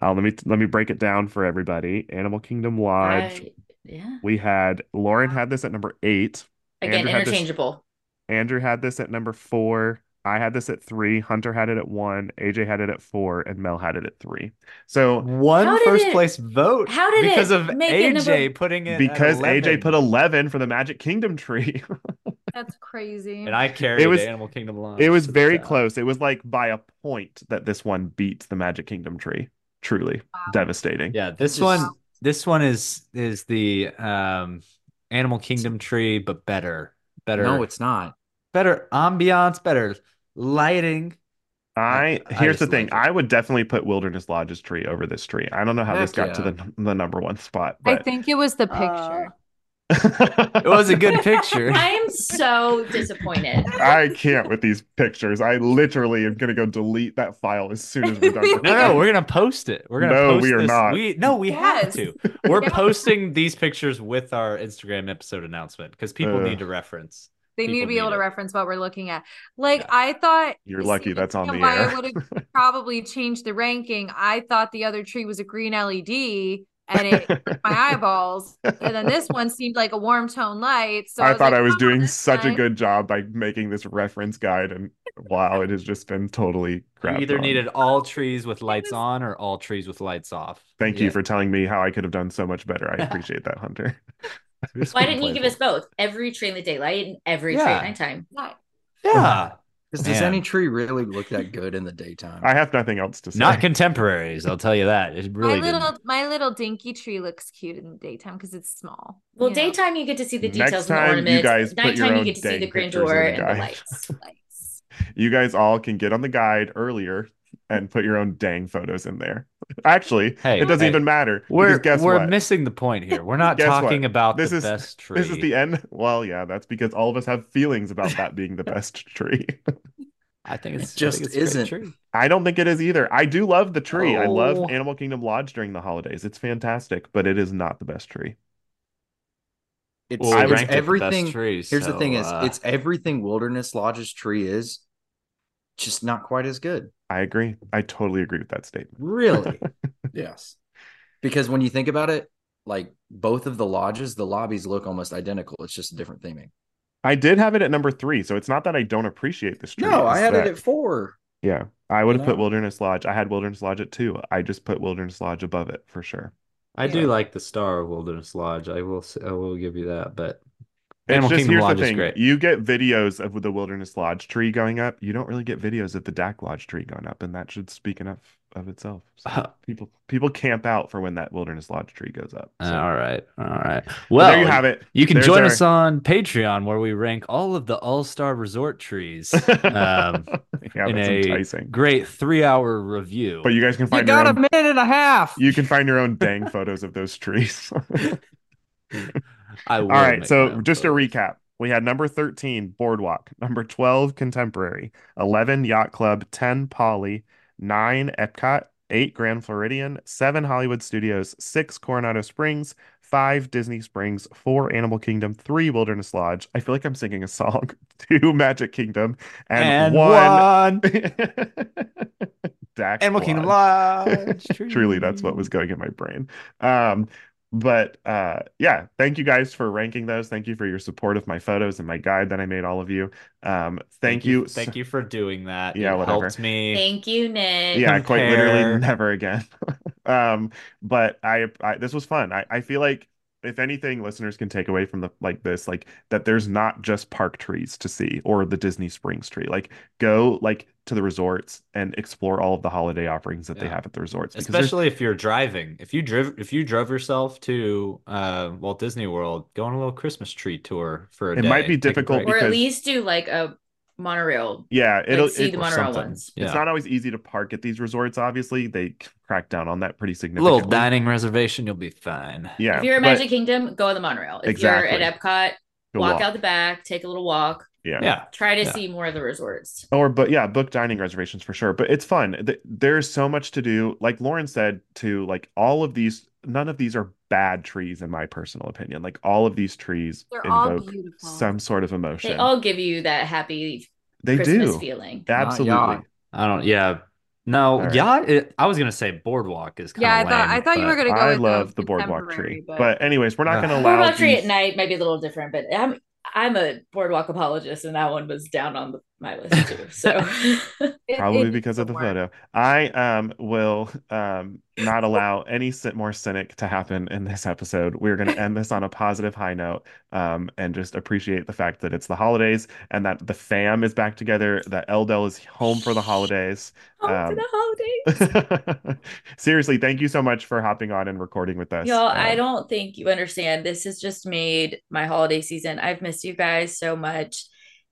S2: Uh, let me let me break it down for everybody. Animal Kingdom Lodge.
S4: I- yeah.
S2: We had Lauren had this at number eight.
S4: Again,
S2: Andrew had this-
S4: interchangeable.
S2: Andrew had this at number four. I had this at three. Hunter had it at one. AJ had it at four, and Mel had it at three. So
S3: One
S4: How
S3: first
S4: did it-
S3: place vote
S4: how did
S3: because
S4: it
S3: of
S4: make
S3: AJ
S4: it number-
S3: putting it at
S2: because AJ
S3: 11.
S2: put eleven for the Magic Kingdom tree,
S1: That's crazy.
S3: and I carried
S2: was-
S3: Animal Kingdom Lodge.
S2: it was
S3: to the
S2: very
S3: top.
S2: close. It was like by a point that this one beat the Magic Kingdom tree. Truly devastating.
S3: Yeah, this
S5: Just-
S3: one this one is is the um Animal Kingdom tree, but better. Better
S5: No, it's not.
S3: better ambiance, better lighting.
S2: I
S3: I
S2: here's the
S3: just
S2: thing.
S3: like it.
S2: I would definitely put Wilderness Lodge's tree over this tree. I don't know how this got
S5: Heck
S2: to the the number one spot,
S1: I
S2: but
S1: think it was the
S2: Uh,
S1: picture.
S3: It was a good picture.
S4: I am so disappointed.
S2: I can't with these pictures. I literally am gonna go delete that file as soon as we're done.
S3: No, no, we're gonna post it. We're gonna
S2: No,
S3: post
S2: we are
S3: this.
S2: not.
S3: We no, we have
S1: Yes.
S3: to. We're
S1: Yeah.
S3: posting these pictures with our Instagram episode announcement because people
S2: Ugh.
S3: need to reference.
S1: They need to
S3: People
S1: be able
S3: need
S1: to
S3: it.
S1: reference what we're looking at. Like
S3: Yeah.
S1: I thought
S2: You're lucky
S1: See,
S2: that's on the
S1: why I
S2: air.
S1: would have probably changed the ranking. I thought the other tree was a green LED and it hurt my eyeballs. And then this one seemed like a warm tone light. So
S2: I,
S1: I, was
S2: thought
S1: like,
S2: I was
S1: "Oh,
S2: doing
S1: this
S2: such a
S1: one."
S2: good job by making this reference guide, and wow, it has just been totally
S3: You
S2: crap.
S3: either needed all trees with lights
S1: was-
S3: on or all trees with lights off.
S2: Thank
S5: Yeah.
S2: you for telling me how I could have done so much better. I appreciate that, Hunter.
S4: Why didn't you give us both? Every tree in the daylight and every tree
S3: Yeah.
S4: at nighttime.
S3: Yeah,
S5: 'Cause does
S3: Man.
S5: any tree really look that good in the daytime?
S2: I have nothing else to say.
S3: not contemporaries. I'll tell you that. It
S1: My
S3: really
S1: little
S3: didn't.
S1: my little dinky tree looks cute in the daytime because it's small.
S4: Well,
S1: you know,
S4: daytime you get to see the
S2: Next
S4: details and
S2: time,
S4: the
S2: you
S4: ornaments.
S2: guys put your own
S4: Nighttime you get to see
S2: dang
S4: the
S2: pictures in
S4: grandeur
S2: the
S4: and
S2: guide.
S4: the lights.
S1: lights.
S2: you guys all can get on the guide earlier and put your own dang photos in there. Actually,
S3: Hey,
S2: it doesn't
S3: hey.
S2: even matter.
S3: We're
S2: because guess
S3: we're
S2: what?
S3: missing the point here. We're not
S2: Guess what?
S3: talking about
S2: This
S3: the
S2: is-
S3: best tree.
S2: This is the end. Well, yeah, that's because all of us have feelings about that being the best tree.
S3: I think it's
S5: It just
S3: I think it's a great
S5: isn't.
S3: tree.
S2: I don't think it is either. I do love the tree. I
S3: Oh.
S2: love Animal Kingdom Lodge during the holidays. It's fantastic, but it is not the best tree.
S5: it's
S3: Well, we
S5: it's
S3: ranked it the best
S5: everything.
S3: tree,
S5: Here's the
S3: so,
S5: thing: is
S3: uh,
S5: it's everything Wilderness Lodge's tree is, just not quite as good.
S2: I agree. I totally agree with that statement.
S5: Really? yes. Because when you think about it, like both of the lodges, the lobbies look almost identical. It's just a different theming.
S2: I did have it at number three, so it's not that I don't appreciate this tree.
S5: No, I
S2: it's
S5: had
S2: that-
S5: it at four.
S2: Yeah, I would have put
S5: No.
S2: Wilderness Lodge. I had Wilderness Lodge at two. I just put Wilderness Lodge above it for sure.
S3: I
S1: Yeah.
S3: do like the Star of Wilderness Lodge. I will s- I will give you that, but
S2: It's
S3: Animal
S2: just
S3: Kingdom
S2: here's
S3: Lodge
S2: the
S3: is
S2: thing.
S3: great.
S2: You get videos of the Wilderness Lodge tree going up. You don't really get videos of the Dak Lodge tree going up, and that should speak enough of itself. So
S3: Uh,
S2: people people camp out for when that Wilderness Lodge tree goes up. So
S3: all right, all right.
S2: but
S3: Uh, Well,
S2: there you have it.
S3: You can
S2: There's
S3: join
S2: our-
S3: us on Patreon where we rank all of the All Star Resort trees. Um,
S2: yeah,
S3: in
S2: that's
S3: a
S2: enticing.
S3: great three hour review.
S2: But you guys can find your own,
S5: minute and a half.
S2: you can find your own dang photos of those trees.
S3: I will
S2: All right,
S3: make my
S2: so
S3: own
S2: just to
S3: photos.
S2: recap, we had number 13 Boardwalk, number 12 Contemporary, 11 Yacht Club, 10 Poly, 9 Epcot, 8 Grand Floridian, 7 Hollywood Studios, 6 Coronado Springs, 5 Disney Springs, 4 Animal Kingdom, 3 Wilderness Lodge. I feel like I'm singing a song. 2 Magic Kingdom and,
S3: and
S2: 1
S3: one
S2: Dak
S3: Animal Kingdom
S2: Lodge.
S3: Lodge.
S2: Truly, that's what was going in my brain. Um, but uh, yeah, thank you guys for ranking those. Thank you for your support of my photos and my guide that I made all of you. Um, thank, you.
S3: Thank you for doing that.
S2: Yeah,
S3: it
S2: whatever.
S3: helped me.
S4: Thank you, Nick.
S2: Yeah, quite literally
S3: compare.
S2: never again. um, but I, I, this was fun. I, I feel like if anything, listeners can take away from the like this, like that there's not just park trees to see or the Disney Springs tree. Like go like to the resorts and explore all of the holiday offerings that they
S3: Yeah.
S2: have at the resorts. because there's-
S3: Especially if you're driving. If you drove if you drove yourself to uh, Walt Disney World, go on a little Christmas tree tour for a
S2: It might
S3: day,
S2: be
S3: take a
S2: difficult
S3: break.
S4: Or
S2: because-
S4: at least do like a monorail.
S2: Yeah, it'll
S4: see
S2: it-
S4: the
S2: or
S4: monorail
S2: something.
S4: ones.
S2: It's
S3: Yeah.
S2: not always easy to park at these resorts. Obviously, they crack down on that pretty significantly.
S3: little dining reservation, you'll be fine.
S2: Yeah,
S4: if you're at
S2: but
S4: Magic Kingdom, go on the monorail. If you're at
S2: Exactly.
S4: Epcot,
S2: you'll
S4: walk, out the back, take a little walk,
S2: Yeah.
S3: Yeah.
S4: try to
S3: Yeah.
S4: see more of the resorts.
S2: Or, but yeah, book dining reservations for sure. But it's fun. Th- There's so much to do. Like Lauren said, too, like all of these, none of these are bad trees, in my personal opinion. Like all of these trees
S1: They're all
S2: invoke
S1: beautiful.
S2: some sort of
S4: They
S2: emotion.
S4: all give you that happy
S2: They
S4: Christmas
S2: do.
S4: feeling.
S2: Absolutely.
S5: yacht.
S3: I don't. Yeah. No.
S2: All right.
S3: Yacht. It, I was gonna say boardwalk is kind
S1: yeah, I
S3: of
S1: thought I thought you were gonna go.
S2: I
S1: with
S2: love the boardwalk
S1: contemporary,
S2: tree. But... anyways, we're not going to
S3: Ugh.
S2: allow
S4: Boardwalk tree at
S2: these-
S4: night might be a little different, but I'm I'm a boardwalk apologist, and that one was down on the, my list too. So
S1: It-
S2: probably
S1: it
S2: because of the
S1: doesn't work.
S2: photo. I um will um not allow any sit more cynic to happen in this episode. We're going to end this on a positive high note um and just appreciate the fact that it's the holidays and that the fam is back together, that Eldel is home for the holidays.
S4: home
S2: Um,
S4: for the holidays.
S2: Seriously, thank you so much for hopping on and recording with us.
S4: Y'all, I
S2: Um,
S4: don't think you understand. This has just made my holiday season. I've missed you guys so much.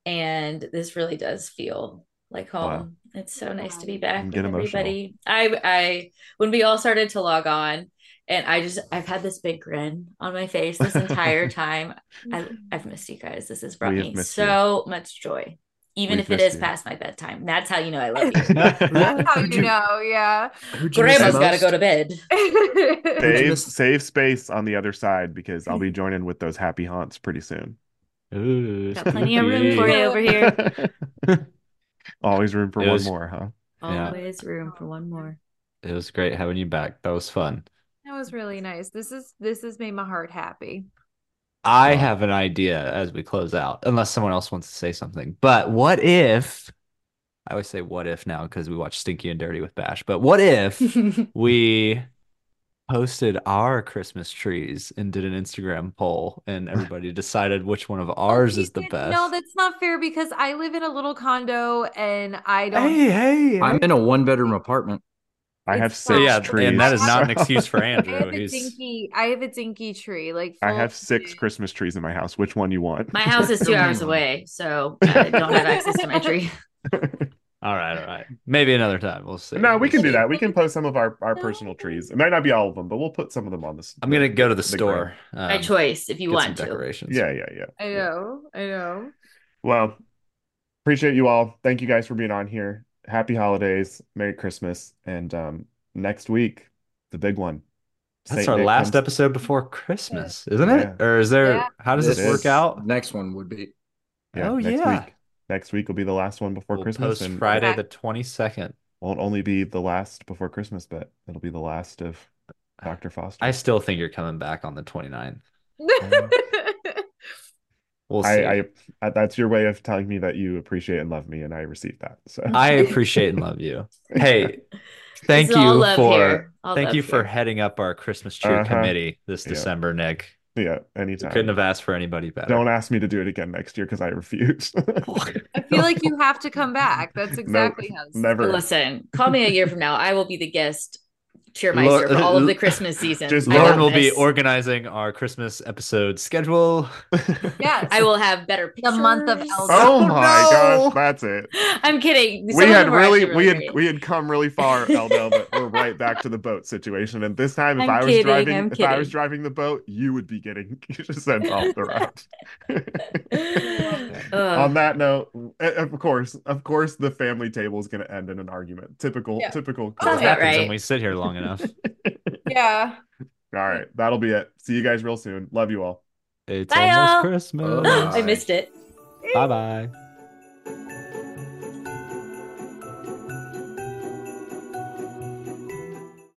S4: And this really does feel like
S2: Wow.
S4: home. It's so
S1: Wow.
S4: nice to be back
S2: And
S4: with
S2: get emotional.
S4: everybody. I I when we all started to log on and I just I've had this big grin on my face this entire time. I I've missed you guys. This has brought
S2: We have
S4: me
S2: missed
S4: so much joy. Even
S2: We've
S4: if it
S2: missed
S4: is
S2: you.
S4: past my bedtime. That's how you know I love you.
S2: Save-
S1: That's how you know, yeah.
S5: Who'd you miss
S4: Grandma's
S5: the
S4: gotta go
S5: most?
S4: to bed.
S2: Save,
S5: miss-
S2: space on the other side because I'll be joining with those happy haunts pretty soon.
S3: Ooh,
S4: Got plenty of room for you over here.
S2: Always room for
S3: It
S2: one
S3: was-
S2: more, huh?
S3: Yeah.
S4: Always room for one more.
S3: It was great having you back. That was fun.
S1: That was really nice. This is this has made my heart happy.
S3: I
S2: Wow.
S3: have an idea as we close out, unless someone else wants to say something. But what if I always say what if now because we watch Stinky and Dirty with Bash, but what if we posted our Christmas trees and did an Instagram poll and everybody decided which one of ours
S1: You
S3: is the
S1: did-
S3: best?
S1: No, that's not fair because I live in a little condo and I don't.
S3: hey, hey,
S5: I'm
S3: hey.
S5: in a one bedroom apartment.
S2: I have
S1: It's
S2: six
S1: fine.
S3: yeah,
S2: trees.
S3: and that is not an
S2: so-
S3: excuse for
S1: I have
S3: Andrew.
S1: a
S3: He's
S1: dinky. I have a dinky tree. Like
S2: I
S1: full
S2: have six
S1: tree.
S2: Christmas trees in my house. Which one you want?
S4: My house is two hours away, so I don't have access to my tree.
S3: all right, all right. Maybe another time. We'll see.
S2: No, we can do
S3: We'll see.
S2: that. We can post some of our, our personal trees. It might not be all of them, but we'll put some of them on this.
S3: I'm gonna go to the
S2: the ground.
S3: store.
S4: My
S3: um,
S4: choice, if you
S3: get some
S4: want to.
S3: decorations.
S2: Yeah, yeah, yeah.
S1: I know. I know.
S2: Well, appreciate you all. Thank you guys for being on here. Happy holidays, Merry Christmas, and um, next week the big one.
S3: That's
S2: Saint
S3: our
S2: Nick
S3: last
S2: comes-
S3: episode before Christmas, isn't it?
S2: Yeah.
S3: Or is there,
S1: Yeah.
S3: how does
S2: It
S3: this work
S2: is.
S3: out?
S5: Next one would be
S2: Yeah,
S3: Oh,
S2: next
S3: yeah.
S2: week. Next week will be the last one before
S3: We'll
S2: Christmas,
S3: post
S2: and
S3: Friday
S1: Okay.
S3: the 22nd.
S2: won't only be the last before Christmas, but it'll be the last of Dr. Foster.
S3: I still think you're coming back on the 29th. We'll see.
S2: I,
S3: I,
S2: I, I that's your way of telling me that you appreciate and love me, and I receive that. So
S3: appreciate and love you. Hey, thank
S4: This is all
S3: you
S4: love
S3: for
S4: here. All
S3: thank
S4: love
S3: you for
S4: here.
S3: heading up our Christmas cheer
S2: Uh-huh.
S3: committee this
S2: Yeah.
S3: December, Nick.
S2: yeah,
S3: You
S2: anytime.
S3: couldn't have asked for anybody better.
S2: Don't ask me to do it again next year because I refuse.
S1: I feel like you have to come back. That's exactly how. this-
S2: Never.
S4: Listen, call me a year from now. I will be the guest cheermeister for all of the Christmas season.
S2: Just
S4: I
S3: Lauren
S4: got
S3: will be
S4: this.
S3: organizing our Christmas episode schedule.
S1: Yes.
S4: I will have better
S1: The
S4: pictures.
S1: month of Elsa.
S2: Oh
S3: Oh,
S2: my
S3: no.
S2: gosh, that's it.
S4: I'm kidding. Some
S2: we
S4: of
S2: had
S4: them were
S2: really,
S4: actually
S2: we had
S4: great.
S2: we had come really far, Eldel, but we're right back to the boat situation. And this time, if
S4: I'm
S2: I was
S4: kidding,
S2: driving,
S4: I'm
S2: if I was
S4: kidding.
S2: driving the boat, you would be getting sent off the ride.
S4: Ugh.
S2: On that note, uh, of course, of course, the family table is going to end in an argument. Typical,
S1: Yeah.
S2: typical. Chris.
S4: Sounds
S3: What
S4: about
S3: happens
S4: right.
S3: when we sit here long enough?
S1: Yeah.
S2: All right, that'll be it. See you guys real soon. Love you all.
S3: It's
S4: Bye,
S3: almost
S4: y'all.
S3: Christmas.
S5: Bye.
S4: I missed Oh, it.
S3: Bye bye.